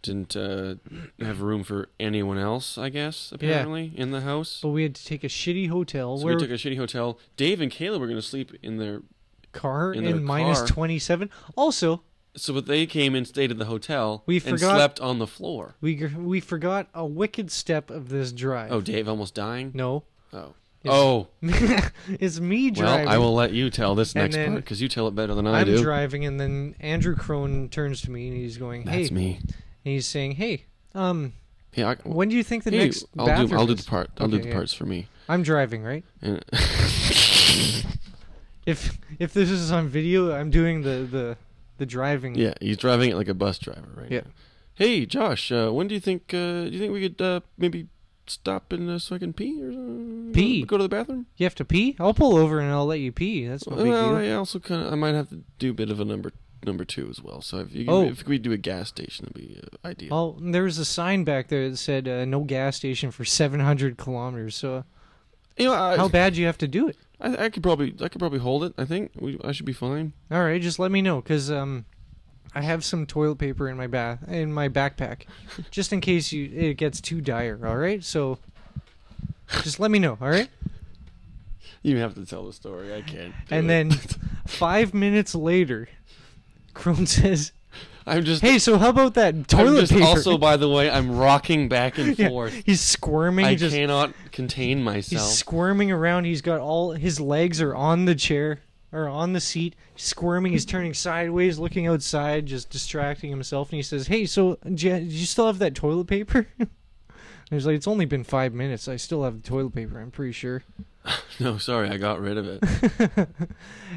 [SPEAKER 3] didn't uh, have room for anyone else. I guess apparently in the house.
[SPEAKER 4] But we had to take a shitty hotel
[SPEAKER 3] So
[SPEAKER 4] where
[SPEAKER 3] we took a shitty hotel. Dave and Kayla were going to sleep in their.
[SPEAKER 4] car
[SPEAKER 3] in
[SPEAKER 4] in,
[SPEAKER 3] their car.
[SPEAKER 4] twenty seven. Also,
[SPEAKER 3] So, but they came and stayed at the hotel.
[SPEAKER 4] We
[SPEAKER 3] and
[SPEAKER 4] forgot-
[SPEAKER 3] slept on the floor.
[SPEAKER 4] we gr- we forgot a wicked step of this drive.
[SPEAKER 3] Oh, Dave almost dying.
[SPEAKER 4] no,
[SPEAKER 3] Oh. Oh.
[SPEAKER 4] it's me
[SPEAKER 3] Well,
[SPEAKER 4] driving.
[SPEAKER 3] I will let you tell this
[SPEAKER 4] And
[SPEAKER 3] next part
[SPEAKER 4] then-
[SPEAKER 3] 'cause part because you tell it better than I
[SPEAKER 4] I'm
[SPEAKER 3] do.
[SPEAKER 4] driving, and then Andrew Crone turns to me and he's going, "Hey,"
[SPEAKER 3] That's me.
[SPEAKER 4] and he's saying, "Hey, um,
[SPEAKER 3] Yeah. I,
[SPEAKER 4] when do you think the
[SPEAKER 3] hey,
[SPEAKER 4] next
[SPEAKER 3] I'll
[SPEAKER 4] bathroom?"
[SPEAKER 3] do. I'll do
[SPEAKER 4] is?"
[SPEAKER 3] the part. I'll do
[SPEAKER 4] Okay,
[SPEAKER 3] the
[SPEAKER 4] yeah.
[SPEAKER 3] parts for me.
[SPEAKER 4] I'm driving, right?
[SPEAKER 3] And-
[SPEAKER 4] If if this is on video, I'm doing the the the driving.
[SPEAKER 3] Yeah, he's driving it like a bus driver right
[SPEAKER 4] Yeah.
[SPEAKER 3] now. Hey, Josh, uh, when do you think uh, do you think we could uh, maybe stop and uh, so I can pee or something?
[SPEAKER 4] Pee?
[SPEAKER 3] Go to the bathroom.
[SPEAKER 4] You have to pee? I'll pull over and I'll let you pee. That's no big
[SPEAKER 3] well,
[SPEAKER 4] deal.
[SPEAKER 3] I also kind of I might have to do a bit of a number number two as well. So if you
[SPEAKER 4] Oh.
[SPEAKER 3] if we do a gas station, it'd be uh, ideal.
[SPEAKER 4] Oh, there was a sign back there that said uh, no gas station for 700 kilometers. So uh,
[SPEAKER 3] You know, I,
[SPEAKER 4] how bad you have to do it?
[SPEAKER 3] I, I could probably I could probably hold it. I think we, I should be fine.
[SPEAKER 4] All right, just let me know because um, I have some toilet paper in my bath in my backpack, just in case you it gets too dire. All right, so just let me know. All right,
[SPEAKER 3] You have to tell the story. I can't. do
[SPEAKER 4] and
[SPEAKER 3] it.
[SPEAKER 4] then five minutes later, Crone says,
[SPEAKER 3] I'm just
[SPEAKER 4] "Hey, so how about that
[SPEAKER 3] I'm
[SPEAKER 4] toilet
[SPEAKER 3] just
[SPEAKER 4] paper?"
[SPEAKER 3] also by the way I'm rocking back and
[SPEAKER 4] Yeah,
[SPEAKER 3] forth.
[SPEAKER 4] he's squirming.
[SPEAKER 3] I
[SPEAKER 4] just
[SPEAKER 3] cannot contain myself.
[SPEAKER 4] He's squirming around. He's got all his legs are on the chair or on the seat. He's squirming. He's turning sideways, looking outside, just distracting himself. And he says, "Hey, so do you, do you still have that toilet paper?" and he's like, "It's only been five minutes. I still have the toilet paper. I'm pretty sure."
[SPEAKER 3] No, sorry, I got rid of it.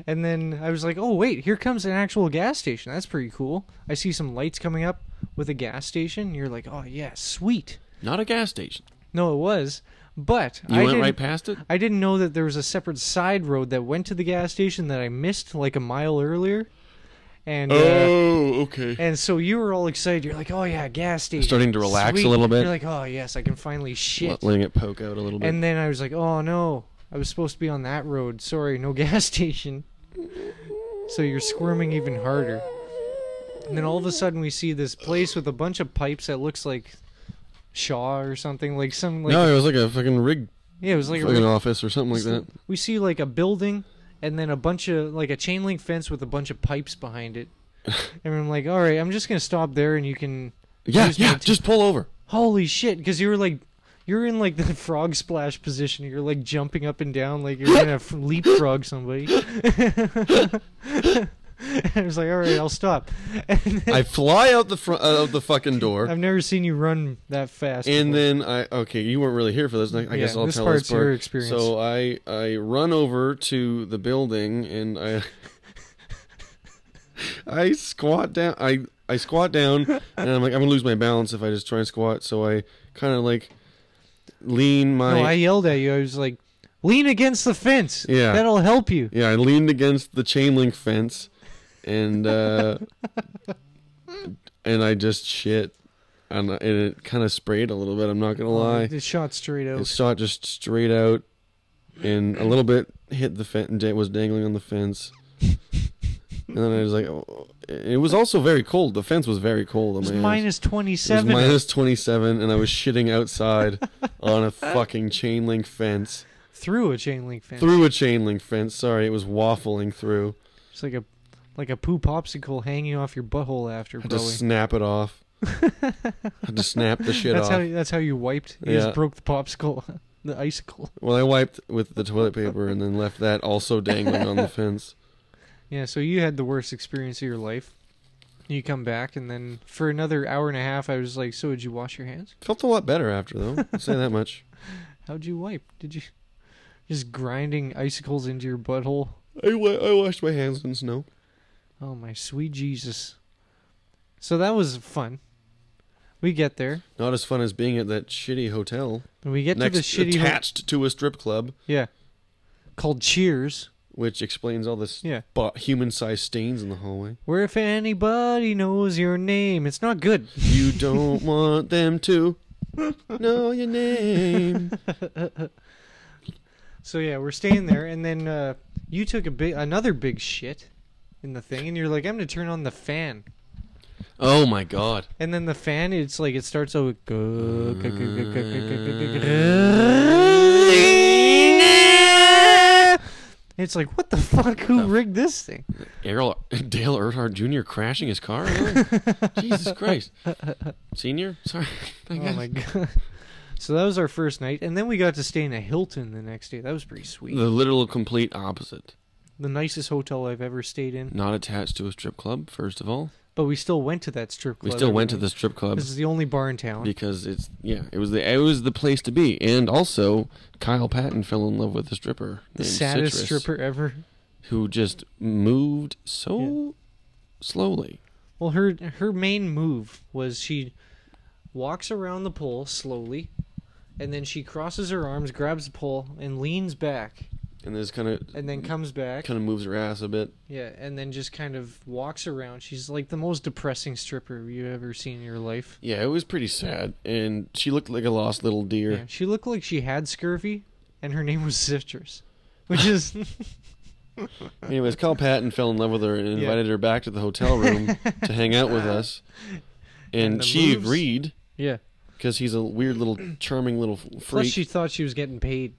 [SPEAKER 4] And then I was like, "Oh wait, here comes an actual gas station. That's pretty cool. I see some lights coming up with a gas station." You're like, "Oh yeah, sweet."
[SPEAKER 3] Not a gas station.
[SPEAKER 4] No, it was, but
[SPEAKER 3] You
[SPEAKER 4] I
[SPEAKER 3] went
[SPEAKER 4] didn't-
[SPEAKER 3] right past it?
[SPEAKER 4] I didn't know that there was a separate side road that went to the gas station that I missed like a mile earlier. And
[SPEAKER 3] Oh.
[SPEAKER 4] uh,
[SPEAKER 3] okay.
[SPEAKER 4] and so you were all excited. You're like, "Oh yeah, gas station."
[SPEAKER 3] Starting to relax a
[SPEAKER 4] Sweet."
[SPEAKER 3] little bit.
[SPEAKER 4] You're like, "Oh yes, I can finally shit."
[SPEAKER 3] Letting it poke out a little bit.
[SPEAKER 4] and then I was like, "Oh no, I was supposed to be on that road. Sorry, no gas station." So you're squirming even harder. And then all of a sudden we see this place with a bunch of pipes that looks like Shaw or something like some like
[SPEAKER 3] no, it was like a fucking rig
[SPEAKER 4] yeah, it was like a
[SPEAKER 3] fucking
[SPEAKER 4] really
[SPEAKER 3] office or something like that.
[SPEAKER 4] we see like a building and then a bunch of like a chain link fence with a bunch of pipes behind it. and I'm like, all right, I'm just gonna stop there, and you can.
[SPEAKER 3] Yeah,
[SPEAKER 4] use my
[SPEAKER 3] yeah,
[SPEAKER 4] t-"
[SPEAKER 3] just pull over.
[SPEAKER 4] holy shit, because you were like, you're in like the frog splash position. You're like jumping up and down like you're gonna f- leapfrog somebody. I was like, all right, I'll stop. And then,
[SPEAKER 3] I fly out the front out the fucking door,
[SPEAKER 4] I've never seen you run that fast.
[SPEAKER 3] and
[SPEAKER 4] before.
[SPEAKER 3] then I okay, you weren't really here for this. and I, I guess
[SPEAKER 4] Yeah,
[SPEAKER 3] I'll
[SPEAKER 4] this
[SPEAKER 3] tell
[SPEAKER 4] part's
[SPEAKER 3] this part.
[SPEAKER 4] your experience.
[SPEAKER 3] So I I run over to the building and I I squat down. I I squat down and I'm like I'm gonna lose my balance if I just try and squat. So I kind of like lean my
[SPEAKER 4] no, I yelled at you. I was like, lean against the fence.
[SPEAKER 3] Yeah.
[SPEAKER 4] that'll help you.
[SPEAKER 3] Yeah, I leaned against the chain link fence, and uh, and I just shit, and, and it kind of sprayed a little bit. I'm not gonna
[SPEAKER 4] Oh,
[SPEAKER 3] lie,
[SPEAKER 4] It shot straight
[SPEAKER 3] it
[SPEAKER 4] out.
[SPEAKER 3] shot just straight out, and a little bit hit the fence and da- was dangling on the fence. And then I was like, oh. it was also very cold. The fence was very cold. On
[SPEAKER 4] It was
[SPEAKER 3] my hands.
[SPEAKER 4] minus
[SPEAKER 3] It was
[SPEAKER 4] 27.
[SPEAKER 3] minus 27, and I was shitting outside on a fucking chain link fence.
[SPEAKER 4] through a chain link fence.
[SPEAKER 3] Through a chain link fence. Sorry, it was waffling through.
[SPEAKER 4] It's like a like a poo popsicle hanging off your butthole after,
[SPEAKER 3] Had
[SPEAKER 4] probably.
[SPEAKER 3] to snap it off. Had to snap the shit
[SPEAKER 4] that's
[SPEAKER 3] off.
[SPEAKER 4] how that's how you wiped. You
[SPEAKER 3] Yeah.
[SPEAKER 4] just broke the popsicle, the icicle.
[SPEAKER 3] well, I wiped with the toilet paper and then left that also dangling on the fence.
[SPEAKER 4] Yeah, so you had the worst experience of your life. You come back, and then for another hour and a half, I was like, "So did you wash your hands?
[SPEAKER 3] Felt a lot better after though. I'll say that much.
[SPEAKER 4] How'd you wipe? Did you just grinding icicles into your butthole?
[SPEAKER 3] I, wa- I washed my hands in snow.
[SPEAKER 4] Oh my sweet Jesus!" So that was fun. We get there,
[SPEAKER 3] Not as fun as being at that shitty hotel
[SPEAKER 4] and we get
[SPEAKER 3] next
[SPEAKER 4] to the shitty ho-
[SPEAKER 3] attached to a strip club,
[SPEAKER 4] yeah, called Cheers.
[SPEAKER 3] which explains all this
[SPEAKER 4] Yeah.
[SPEAKER 3] bu- human-sized stains in the hallway.
[SPEAKER 4] Where if anybody knows your name, it's not good.
[SPEAKER 3] You don't want them to know your name.
[SPEAKER 4] So yeah, we're staying there, and then uh, you took a big another big shit in the thing, and you're like, "I'm gonna turn on the fan."
[SPEAKER 3] Oh my god.
[SPEAKER 4] And then the fan, it's like it starts out with go. go- go- go- go- go- go- go- go- It's like what the fuck? Who rigged this thing?
[SPEAKER 3] Errol, Dale Earnhardt Jr. crashing his car? Really? Jesus Christ. Senior? Sorry. I
[SPEAKER 4] Oh
[SPEAKER 3] guess.
[SPEAKER 4] my god! So that was our first night, and then we got to stay in a Hilton the next day. That was pretty sweet.
[SPEAKER 3] The literal complete opposite.
[SPEAKER 4] The nicest hotel I've ever stayed in,
[SPEAKER 3] Not attached to a strip club, first of all.
[SPEAKER 4] but we still went to that strip
[SPEAKER 3] We
[SPEAKER 4] club.
[SPEAKER 3] still went to
[SPEAKER 4] every
[SPEAKER 3] the
[SPEAKER 4] night.
[SPEAKER 3] strip club
[SPEAKER 4] This is the only bar in town.
[SPEAKER 3] because it's yeah, it was the it was the place to be. And also Kyle Patton fell in love with a stripper
[SPEAKER 4] The
[SPEAKER 3] named
[SPEAKER 4] saddest
[SPEAKER 3] Citrus,
[SPEAKER 4] stripper ever.
[SPEAKER 3] who just moved so slowly.
[SPEAKER 4] Well, her her main move was she walks around the pole slowly, and then she crosses her arms, grabs the pole, and leans back,
[SPEAKER 3] And this kind of
[SPEAKER 4] and then comes back.
[SPEAKER 3] kind of moves her ass a bit.
[SPEAKER 4] Yeah, and then just kind of walks around. She's like the most depressing stripper you have ever seen in your life.
[SPEAKER 3] Yeah, it was pretty sad. And she looked like a lost little deer.
[SPEAKER 4] Yeah, she looked like she had scurvy, and her name was Citrus, which is
[SPEAKER 3] Anyways, Kyle Patton fell in love with her and
[SPEAKER 4] Yeah.
[SPEAKER 3] invited her back to the hotel room to hang out with us. And,
[SPEAKER 4] And the
[SPEAKER 3] she
[SPEAKER 4] moves.
[SPEAKER 3] agreed
[SPEAKER 4] yeah.
[SPEAKER 3] because he's a weird little charming little f- freak.
[SPEAKER 4] Plus, she thought she was getting paid.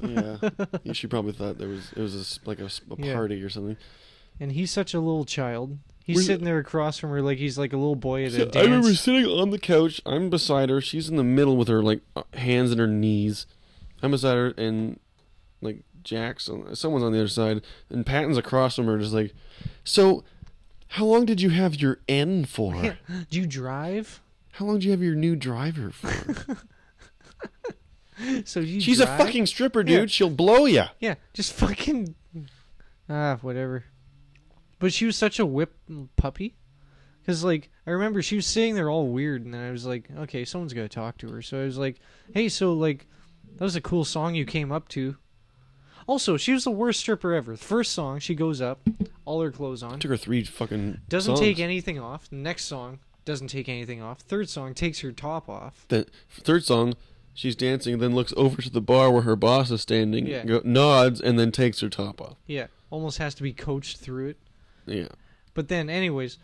[SPEAKER 3] yeah. Yeah, she probably thought there was it was a s like a, s- a
[SPEAKER 4] Yeah.
[SPEAKER 3] party or something.
[SPEAKER 4] And he's such a little child. He's
[SPEAKER 3] We're-
[SPEAKER 4] sitting there across from her like he's like a little boy at a
[SPEAKER 3] I
[SPEAKER 4] dance.
[SPEAKER 3] remember sitting on the couch. I'm beside her. She's in the middle with her like uh, hands in her knees. I'm beside her and like Jack's on, someone's on the other side and Patton's across from her just like so how long did you have your N for?
[SPEAKER 4] Do you drive?
[SPEAKER 3] How long do you have your new driver for?
[SPEAKER 4] So do you
[SPEAKER 3] She's
[SPEAKER 4] drive?
[SPEAKER 3] a fucking stripper, dude.
[SPEAKER 4] Yeah.
[SPEAKER 3] She'll blow you.
[SPEAKER 4] yeah. Just fucking ah whatever. But she was such a whip puppy, because like I remember she was sitting there all weird, and then I was like, okay, someone's gotta talk to her. So I was like, hey, so like that was a cool song you came up to. Also, she was the worst stripper ever. First song, she goes up, all her clothes on.
[SPEAKER 3] Took her three fucking.
[SPEAKER 4] doesn't
[SPEAKER 3] songs.
[SPEAKER 4] take anything off. Next song doesn't take anything off. Third song takes her top off.
[SPEAKER 3] The third song, she's dancing, then looks over to the bar where her boss is standing,
[SPEAKER 4] Yeah.
[SPEAKER 3] go, nods, and then takes her top off.
[SPEAKER 4] Yeah, almost has to be coached through it.
[SPEAKER 3] Yeah.
[SPEAKER 4] But then, anyways,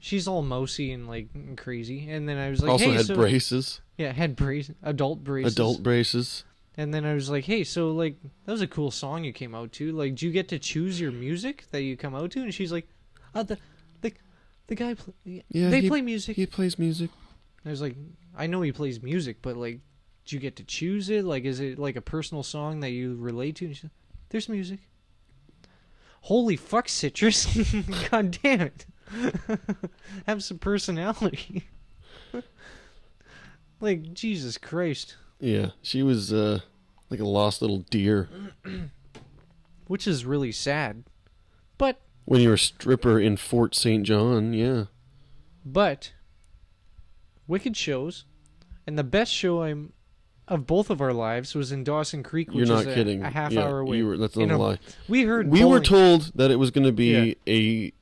[SPEAKER 4] she's all mousy and like crazy. And then I was like,
[SPEAKER 3] also
[SPEAKER 4] hey,
[SPEAKER 3] had
[SPEAKER 4] so,
[SPEAKER 3] braces,
[SPEAKER 4] Yeah, had braces, adult braces.
[SPEAKER 3] adult braces.
[SPEAKER 4] And then I was like, hey, so like that was a cool song you came out to. Like, do you get to choose your music that you come out to? And she's like, oh, the, the, the guy, pl-
[SPEAKER 3] Yeah,
[SPEAKER 4] they
[SPEAKER 3] he-
[SPEAKER 4] play music.
[SPEAKER 3] He plays music.
[SPEAKER 4] I was like, I know he plays music, but like, do you get to choose it? Like, is it like a personal song that you relate to? And she's like, There's music. holy fuck, citrus! God damn it! Have some personality. like Jesus Christ,
[SPEAKER 3] Yeah, she was uh, like a lost little deer.
[SPEAKER 4] which is really sad, but
[SPEAKER 3] When you were a stripper in Fort St. John, yeah.
[SPEAKER 4] But wicked shows, and the best show I'm of both of our lives was in Dawson Creek, which
[SPEAKER 3] You're not
[SPEAKER 4] is a,
[SPEAKER 3] kidding.
[SPEAKER 4] a half
[SPEAKER 3] Yeah,
[SPEAKER 4] hour away.
[SPEAKER 3] you were- that's
[SPEAKER 4] In
[SPEAKER 3] not a lie.
[SPEAKER 4] We heard
[SPEAKER 3] We were
[SPEAKER 4] bowling
[SPEAKER 3] told that it was going to be a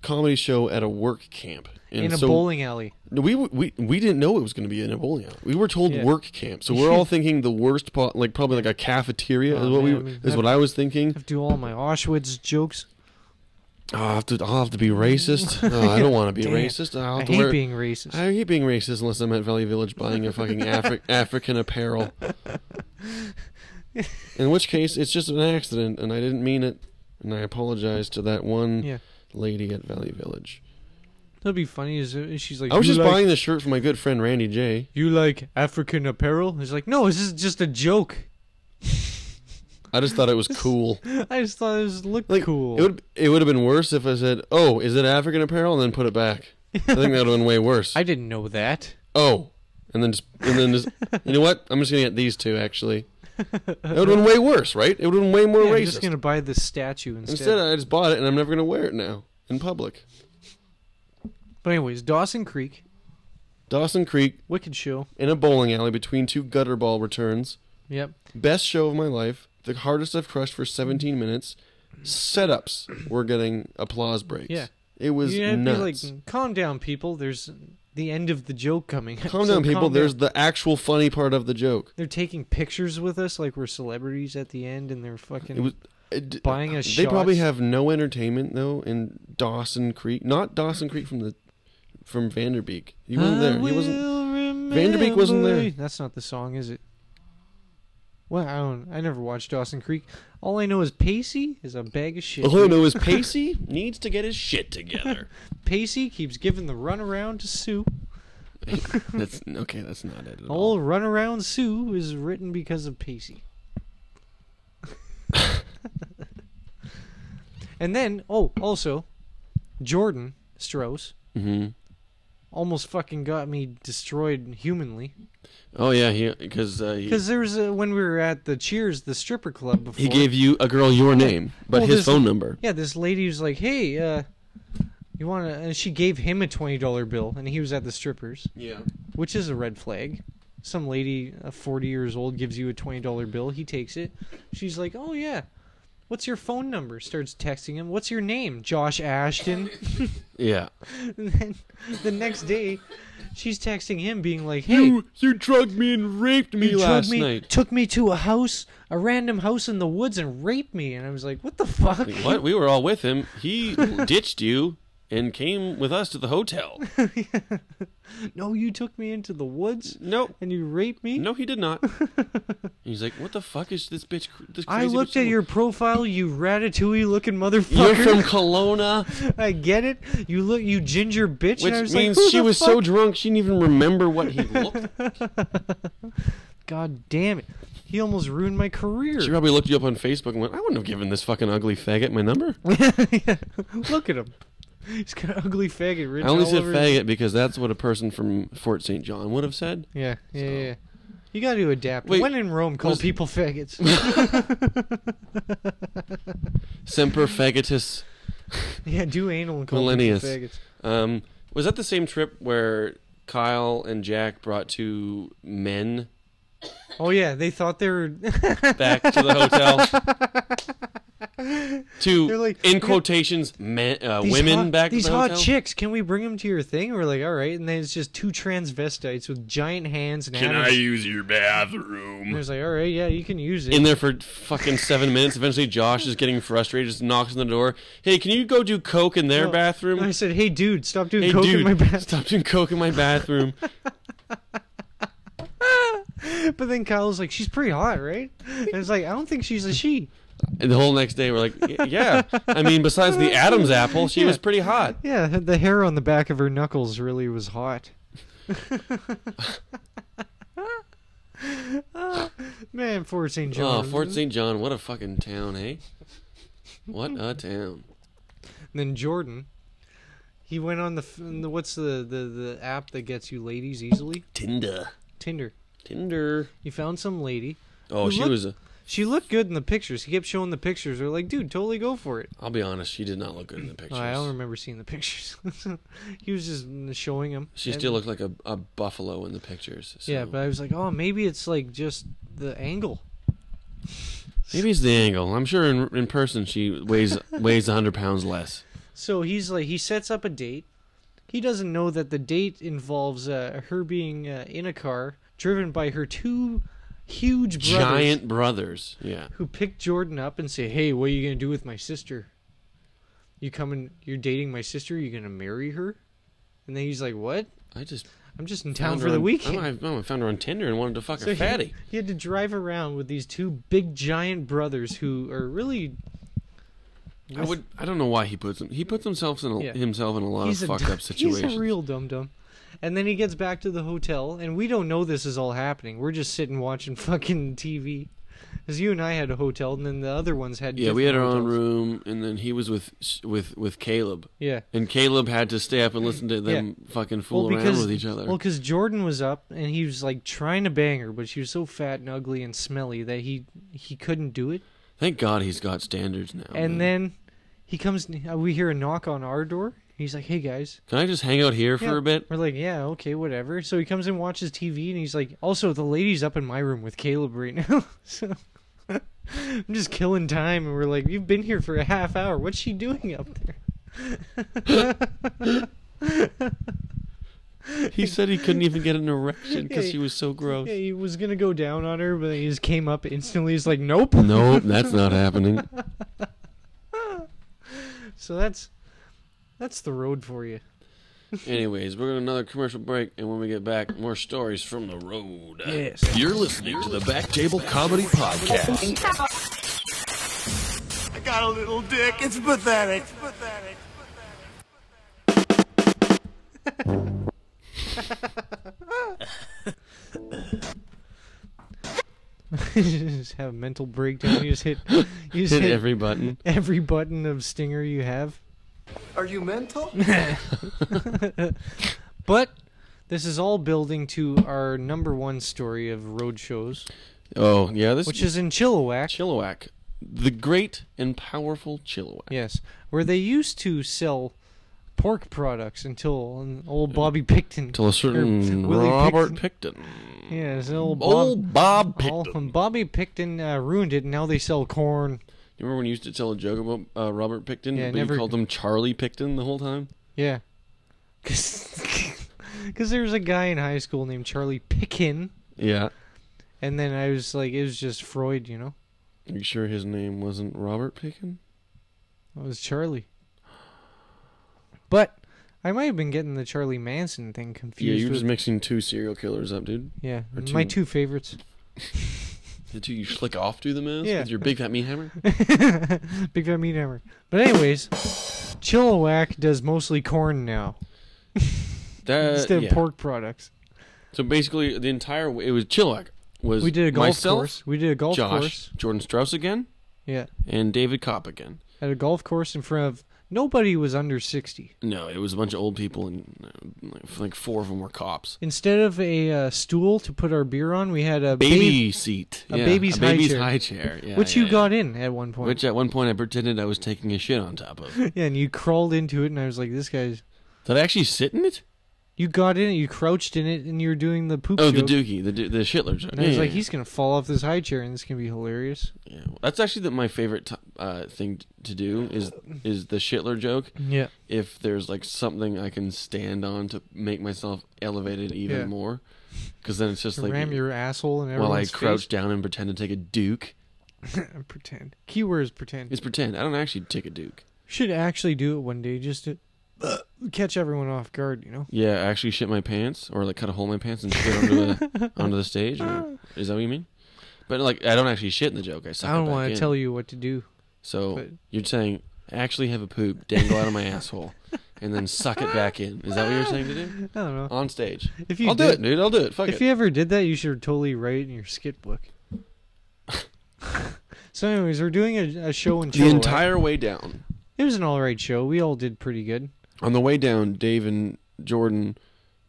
[SPEAKER 3] comedy show at a work camp. And
[SPEAKER 4] in a
[SPEAKER 3] so
[SPEAKER 4] bowling alley.
[SPEAKER 3] No, We, we we didn't know it was going to be in a bowling alley. We were told
[SPEAKER 4] Yeah.
[SPEAKER 3] work camp, so we're all thinking the worst, po- like probably like a cafeteria is
[SPEAKER 4] Oh,
[SPEAKER 3] what
[SPEAKER 4] man, I
[SPEAKER 3] we
[SPEAKER 4] mean,
[SPEAKER 3] is what
[SPEAKER 4] that-
[SPEAKER 3] I was thinking.
[SPEAKER 4] I do all my Auschwitz jokes.
[SPEAKER 3] Oh, I have to I'll have to be racist. Oh, I don't want to be
[SPEAKER 4] Damn.
[SPEAKER 3] racist. I'll have
[SPEAKER 4] I
[SPEAKER 3] to
[SPEAKER 4] hate
[SPEAKER 3] wear-
[SPEAKER 4] being racist.
[SPEAKER 3] I hate being racist unless I'm at Valley Village buying a fucking Afri- African apparel. In which case, it's just an accident, and I didn't mean it, and I apologize to that one
[SPEAKER 4] Yeah.
[SPEAKER 3] lady at Valley Village.
[SPEAKER 4] That'd be funny. Is if she's like,
[SPEAKER 3] I was
[SPEAKER 4] "You
[SPEAKER 3] just
[SPEAKER 4] like,
[SPEAKER 3] buying this shirt for my good friend Randy J.
[SPEAKER 4] You like African apparel? He's like, no, this is just a joke.
[SPEAKER 3] I just thought it was cool.
[SPEAKER 4] I just thought this looked
[SPEAKER 3] Like,
[SPEAKER 4] cool.
[SPEAKER 3] It would it would have been worse if I said, "Oh, is it African apparel?" and then put it back. I think that would have been way worse.
[SPEAKER 4] I didn't know that.
[SPEAKER 3] oh, and then just and then just you know what? I'm just gonna get these two actually. That would have been way worse, right? It would have been way more
[SPEAKER 4] Yeah, I'm
[SPEAKER 3] racist.
[SPEAKER 4] just gonna buy this statue instead.
[SPEAKER 3] Instead, I just bought it, and I'm never gonna wear it now in public.
[SPEAKER 4] but anyways, Dawson Creek,
[SPEAKER 3] Dawson Creek
[SPEAKER 4] wicked show.
[SPEAKER 3] in a bowling alley between two gutter ball returns.
[SPEAKER 4] Yep.
[SPEAKER 3] Best show of my life. The hardest I've crushed for 17 minutes. Setups were getting applause breaks.
[SPEAKER 4] Yeah.
[SPEAKER 3] it was
[SPEAKER 4] Yeah, it'd be
[SPEAKER 3] nuts.
[SPEAKER 4] like, calm down, people. There's the end of the joke coming.
[SPEAKER 3] calm
[SPEAKER 4] So
[SPEAKER 3] down, people.
[SPEAKER 4] calm
[SPEAKER 3] There's
[SPEAKER 4] down.
[SPEAKER 3] the actual funny part of the joke.
[SPEAKER 4] they're taking pictures with us like we're celebrities at the end, and they're fucking.
[SPEAKER 3] It was. it-
[SPEAKER 4] Buying
[SPEAKER 3] they
[SPEAKER 4] us
[SPEAKER 3] probably
[SPEAKER 4] shots.
[SPEAKER 3] have no entertainment though in Dawson Creek. Not Dawson Creek from the from Vanderbeek. He wasn't
[SPEAKER 4] I
[SPEAKER 3] there. He wasn't.
[SPEAKER 4] will
[SPEAKER 3] Vanderbeek wasn't there.
[SPEAKER 4] remember- That's not the song, is it? Well, I don't. I never watched Dawson Creek. All I know is Pacey is a bag of shit.
[SPEAKER 3] All I know is Pacey needs to get his shit together.
[SPEAKER 4] Pacey keeps giving the runaround to Sue.
[SPEAKER 3] That's okay. That's not it at all.
[SPEAKER 4] Old runaround Sue is written because of Pacey. and then, oh, also, Jordan Strauss
[SPEAKER 3] Mhm.
[SPEAKER 4] almost fucking got me destroyed humanly
[SPEAKER 3] Oh yeah, because uh, he,
[SPEAKER 4] because there was a, when we were at the Cheers, the stripper club before.
[SPEAKER 3] he gave you a girl your name, but
[SPEAKER 4] Well,
[SPEAKER 3] his
[SPEAKER 4] this-
[SPEAKER 3] phone number.
[SPEAKER 4] Yeah, this lady was like, "Hey, uh, you want to?" And she gave him a twenty dollar bill, and he was at the strippers.
[SPEAKER 3] Yeah.
[SPEAKER 4] which is a red flag. Some lady, uh, 40 years old, gives you a $20 bill. He takes it. She's like, oh, yeah. What's your phone number? Starts texting him. What's your name? Josh Ashton.
[SPEAKER 3] Yeah.
[SPEAKER 4] and then the next day, she's texting him, being like, hey,
[SPEAKER 3] you drugged me and raped me
[SPEAKER 4] you took me, took me to a house, a random house in the woods, and raped me. And I was like, what the fuck?
[SPEAKER 3] What? We were all with him. He ditched you and came with us to the hotel.
[SPEAKER 4] No, you took me into the woods
[SPEAKER 3] No,
[SPEAKER 4] and you raped me?
[SPEAKER 3] no, he did not. He's like, what the fuck is this bitch? cr- This
[SPEAKER 4] I
[SPEAKER 3] crazy
[SPEAKER 4] looked
[SPEAKER 3] bitch
[SPEAKER 4] at your profile, you ratatouille looking motherfucker.
[SPEAKER 3] You're from Kelowna,
[SPEAKER 4] I get it. You look, you ginger bitch. and I
[SPEAKER 3] which
[SPEAKER 4] was
[SPEAKER 3] means
[SPEAKER 4] like, "Who
[SPEAKER 3] she
[SPEAKER 4] the
[SPEAKER 3] was
[SPEAKER 4] fuck?
[SPEAKER 3] so drunk she didn't even remember what he looked.
[SPEAKER 4] God damn it! He almost ruined my career.
[SPEAKER 3] She probably looked you up on Facebook and went, "I wouldn't have given this fucking ugly faggot my number."
[SPEAKER 4] look at him. He's got an ugly faggot
[SPEAKER 3] I
[SPEAKER 4] written
[SPEAKER 3] only
[SPEAKER 4] all
[SPEAKER 3] said
[SPEAKER 4] over his-
[SPEAKER 3] faggot because that's what a person from Fort St. John would have said.
[SPEAKER 4] Yeah, yeah, yeah. You got to adapt.
[SPEAKER 3] Wait,
[SPEAKER 4] when in Rome, call
[SPEAKER 3] was-
[SPEAKER 4] people faggots.
[SPEAKER 3] Semper faggotus.
[SPEAKER 4] yeah, do anal and call
[SPEAKER 3] Millennius.
[SPEAKER 4] people faggots.
[SPEAKER 3] Um, was that the same trip where Kyle and Jack brought two men
[SPEAKER 4] Oh yeah, they thought they were.
[SPEAKER 3] back to the hotel? two,
[SPEAKER 4] They're like,
[SPEAKER 3] in quotations, men, uh,
[SPEAKER 4] These
[SPEAKER 3] women
[SPEAKER 4] hot,
[SPEAKER 3] back
[SPEAKER 4] These
[SPEAKER 3] to the
[SPEAKER 4] hot
[SPEAKER 3] hotel?
[SPEAKER 4] chicks. Can we bring them to your thing? And we're like, all right. And then it's just two transvestites with giant hands and. Can I use your bathroom? And it's like, all right, yeah, you can use it.
[SPEAKER 3] in there for fucking seven minutes. Eventually, Josh is getting frustrated, just knocks on the door. Hey, can you go do coke in their
[SPEAKER 4] Oh,
[SPEAKER 3] bathroom?
[SPEAKER 4] And I said, "Hey, dude, stop doing
[SPEAKER 3] hey,
[SPEAKER 4] coke
[SPEAKER 3] dude,
[SPEAKER 4] in my bathroom."
[SPEAKER 3] stop doing coke in my bathroom.
[SPEAKER 4] But then Kyle's like, "She's pretty hot, right?" And it's like, "I don't think she's a she."
[SPEAKER 3] And the whole next day, we're like, "Y- yeah. I mean, besides the Adam's apple, she was pretty hot.
[SPEAKER 4] Yeah, the hair on the back of her knuckles really was hot. Man, Fort St.
[SPEAKER 3] Oh,
[SPEAKER 4] John.
[SPEAKER 3] Oh, Uh, Fort St. John, what a fucking town, eh? What a town.
[SPEAKER 4] And then Jordan, he went on the, f- the what's the, the the app that gets you ladies easily?
[SPEAKER 3] Tinder.
[SPEAKER 4] Tinder.
[SPEAKER 3] Tinder.
[SPEAKER 4] He found some lady.
[SPEAKER 3] Oh,
[SPEAKER 4] Who
[SPEAKER 3] she
[SPEAKER 4] looked-
[SPEAKER 3] was a.
[SPEAKER 4] She looked good in the pictures. He kept showing the pictures. They're like, dude, totally go for it. Oh,
[SPEAKER 3] I'll be honest, she did not look good in the pictures.
[SPEAKER 4] I don't remember seeing the pictures. he was just showing him.
[SPEAKER 3] She still looked like a, a buffalo in the pictures. so-
[SPEAKER 4] Yeah, but I was like, oh, maybe it's like just the angle.
[SPEAKER 3] maybe it's the angle. I'm sure in in person she weighs weighs 100 pounds less.
[SPEAKER 4] So he's like, he sets up a date. He doesn't know that the date involves uh, her being uh, in a car driven by her two huge brothers
[SPEAKER 3] Giant brothers. Yeah.
[SPEAKER 4] who pick Jordan up and say, hey, what are you going to do with my sister? You coming, you're dating my sister, you're going to marry her? And then he's like, what?
[SPEAKER 3] I just
[SPEAKER 4] I'm just in town
[SPEAKER 3] found
[SPEAKER 4] for
[SPEAKER 3] her
[SPEAKER 4] the
[SPEAKER 3] on-
[SPEAKER 4] weekend.
[SPEAKER 3] I, I found her on Tinder and wanted to fuck
[SPEAKER 4] So
[SPEAKER 3] her
[SPEAKER 4] he-
[SPEAKER 3] fatty.
[SPEAKER 4] He, had to drive around with these two big giant brothers who are really
[SPEAKER 3] I would. I don't know why he puts him. He puts himself in a,
[SPEAKER 4] Yeah.
[SPEAKER 3] himself in a lot
[SPEAKER 4] he's
[SPEAKER 3] of
[SPEAKER 4] a
[SPEAKER 3] fucked
[SPEAKER 4] dum-
[SPEAKER 3] up situations.
[SPEAKER 4] He's a real dum dum. And then he gets back to the hotel, and we don't know this is all happening. We're just sitting watching fucking TV. Because you and I had a hotel, and then the other ones had
[SPEAKER 3] yeah, we had
[SPEAKER 4] different
[SPEAKER 3] our own
[SPEAKER 4] hotels.
[SPEAKER 3] room, and then he was with with with Caleb,
[SPEAKER 4] Yeah.
[SPEAKER 3] and Caleb had to stay up and listen to them fucking fool
[SPEAKER 4] Well, because
[SPEAKER 3] around with each other.
[SPEAKER 4] well, 'cause Jordan was up, and he was like trying to bang her, but she was so fat and ugly and smelly that he he couldn't do it.
[SPEAKER 3] Thank God he's got standards now. Oh, man.
[SPEAKER 4] And then he comes. We hear a knock on our door. He's like, "Hey guys,
[SPEAKER 3] can I just hang out here
[SPEAKER 4] Yeah.
[SPEAKER 3] for a bit?
[SPEAKER 4] We're like, yeah, okay, whatever. So he comes and watches TV, and he's like, also, the lady's up in my room with Caleb right now. so I'm just killing time, and we're like, you've been here for a half hour. What's she doing up there?
[SPEAKER 3] He said he couldn't even get an erection because
[SPEAKER 4] Yeah.
[SPEAKER 3] she was so gross.
[SPEAKER 4] Yeah, he was gonna go down on her, but he just came up instantly. He's like, nope.
[SPEAKER 3] Nope, that's not happening.
[SPEAKER 4] So that's that's the road for you.
[SPEAKER 3] Anyways, we're going to another commercial break, and when we get back, more stories from the road.
[SPEAKER 4] Yes.
[SPEAKER 1] You're listening to the Back Table Comedy Podcast.
[SPEAKER 6] I got a little dick. It's pathetic. It's pathetic.
[SPEAKER 4] just have a mental breakdown. You just hit, you just
[SPEAKER 3] Hit
[SPEAKER 4] hit,
[SPEAKER 3] every button.
[SPEAKER 4] every button of stinger you have.
[SPEAKER 6] Are you mental?
[SPEAKER 4] But this is all building to our number one story of road shows,
[SPEAKER 3] Oh, yeah, this
[SPEAKER 4] which is in Chilliwack.
[SPEAKER 3] Chilliwack. The great and powerful Chilliwack.
[SPEAKER 4] Yes, where they used to sell pork products until an old Bobby Picton.
[SPEAKER 3] Till Uh, a certain
[SPEAKER 4] Willie
[SPEAKER 3] Robert
[SPEAKER 4] Picton.
[SPEAKER 3] Picton.
[SPEAKER 4] Yeah, it's an old Bob,
[SPEAKER 3] Old Bob
[SPEAKER 4] oh,
[SPEAKER 3] Picton.
[SPEAKER 4] Bobby Picton uh, ruined it, and now they sell corn.
[SPEAKER 3] You remember when you used to tell a joke about uh, Robert Picton,
[SPEAKER 4] Yeah,
[SPEAKER 3] but
[SPEAKER 4] never-
[SPEAKER 3] you called him Charlie Picton the whole time?
[SPEAKER 4] Yeah, because there was a guy in high school named Charlie Pickin,
[SPEAKER 3] Yeah.
[SPEAKER 4] and then I was like, it was just Freud, you know.
[SPEAKER 3] Are you sure his name wasn't Robert Picton?
[SPEAKER 4] It was Charlie. But I might have been getting the Charlie Manson thing
[SPEAKER 3] Yeah,
[SPEAKER 4] confused.
[SPEAKER 3] you're just
[SPEAKER 4] with,
[SPEAKER 3] mixing two serial killers up, dude.
[SPEAKER 4] yeah,
[SPEAKER 3] or
[SPEAKER 4] my
[SPEAKER 3] two-
[SPEAKER 4] two favorites.
[SPEAKER 3] The two you slick off to the mask
[SPEAKER 4] Yeah.
[SPEAKER 3] with your big fat meat hammer?
[SPEAKER 4] Big Fat Meat Hammer. But anyways, Chilliwack does mostly corn now
[SPEAKER 3] That,
[SPEAKER 4] instead
[SPEAKER 3] Uh, yeah.
[SPEAKER 4] of pork products.
[SPEAKER 3] So basically, the entire it was Chilliwack was
[SPEAKER 4] We did a golf
[SPEAKER 3] myself,
[SPEAKER 4] course. We did a golf
[SPEAKER 3] Josh,
[SPEAKER 4] course.
[SPEAKER 3] Jordan Strauss again,
[SPEAKER 4] Yeah,
[SPEAKER 3] and David Kopp again.
[SPEAKER 4] at a golf course in front of nobody was under sixty.
[SPEAKER 3] No, it was a bunch of old people, and uh, like- like four of them were cops.
[SPEAKER 4] Instead of a uh, stool to put our beer on, we had a
[SPEAKER 3] Baby seat,
[SPEAKER 4] a
[SPEAKER 3] yeah,
[SPEAKER 4] baby's
[SPEAKER 3] a
[SPEAKER 4] high
[SPEAKER 3] baby's
[SPEAKER 4] chair.
[SPEAKER 3] high chair, yeah,
[SPEAKER 4] which
[SPEAKER 3] yeah,
[SPEAKER 4] you
[SPEAKER 3] yeah.
[SPEAKER 4] got in at one point.
[SPEAKER 3] Which at one point I pretended I was taking a shit on top of. Did
[SPEAKER 4] yeah, and you crawled into it, and I was like, "This guy's."
[SPEAKER 3] I actually sit in it?
[SPEAKER 4] You got in it, you crouched in it, and you were doing the poop
[SPEAKER 3] Oh, the
[SPEAKER 4] joke.
[SPEAKER 3] Dookie, the do- the Shitler joke.
[SPEAKER 4] And I was
[SPEAKER 3] Yeah,
[SPEAKER 4] like,
[SPEAKER 3] yeah,
[SPEAKER 4] he's gonna fall off this high chair, and it's gonna be hilarious.
[SPEAKER 3] yeah. That's actually the, my favorite t- uh, thing to do is is the Shitler joke.
[SPEAKER 4] Yeah,
[SPEAKER 3] if there's like something I can stand on to make myself elevated even
[SPEAKER 4] Yeah.
[SPEAKER 3] more. Because then it's just like
[SPEAKER 4] ram your asshole and everyone's
[SPEAKER 3] while I crouch
[SPEAKER 4] face.
[SPEAKER 3] down and pretend to take a duke.
[SPEAKER 4] pretend. Keyword is pretend.
[SPEAKER 3] It's pretend. I don't actually take a duke.
[SPEAKER 4] Should actually do it one day, just to uh, catch everyone off guard. You know?
[SPEAKER 3] Yeah, I actually shit my pants or like cut a hole in my pants and shit onto the onto the stage. Or, is that what you mean? But like I don't actually shit in the joke. I suck
[SPEAKER 4] I don't
[SPEAKER 3] want to
[SPEAKER 4] tell you what to do.
[SPEAKER 3] So
[SPEAKER 4] but-
[SPEAKER 3] you're saying I actually have a poop dangle out of my asshole and then suck it back in. Is that what you're saying to do?
[SPEAKER 4] I don't know.
[SPEAKER 3] On stage.
[SPEAKER 4] If you
[SPEAKER 3] I'll do
[SPEAKER 4] did-
[SPEAKER 3] it, dude. I'll do it. Fuck
[SPEAKER 4] If
[SPEAKER 3] it.
[SPEAKER 4] you ever did that, you should totally write it in your skit book. So, anyways, we're doing a, a show in
[SPEAKER 3] The
[SPEAKER 4] Chilliwack.
[SPEAKER 3] entire way down.
[SPEAKER 4] It was an all right show. We all did pretty good.
[SPEAKER 3] On the way down, Dave and Jordan,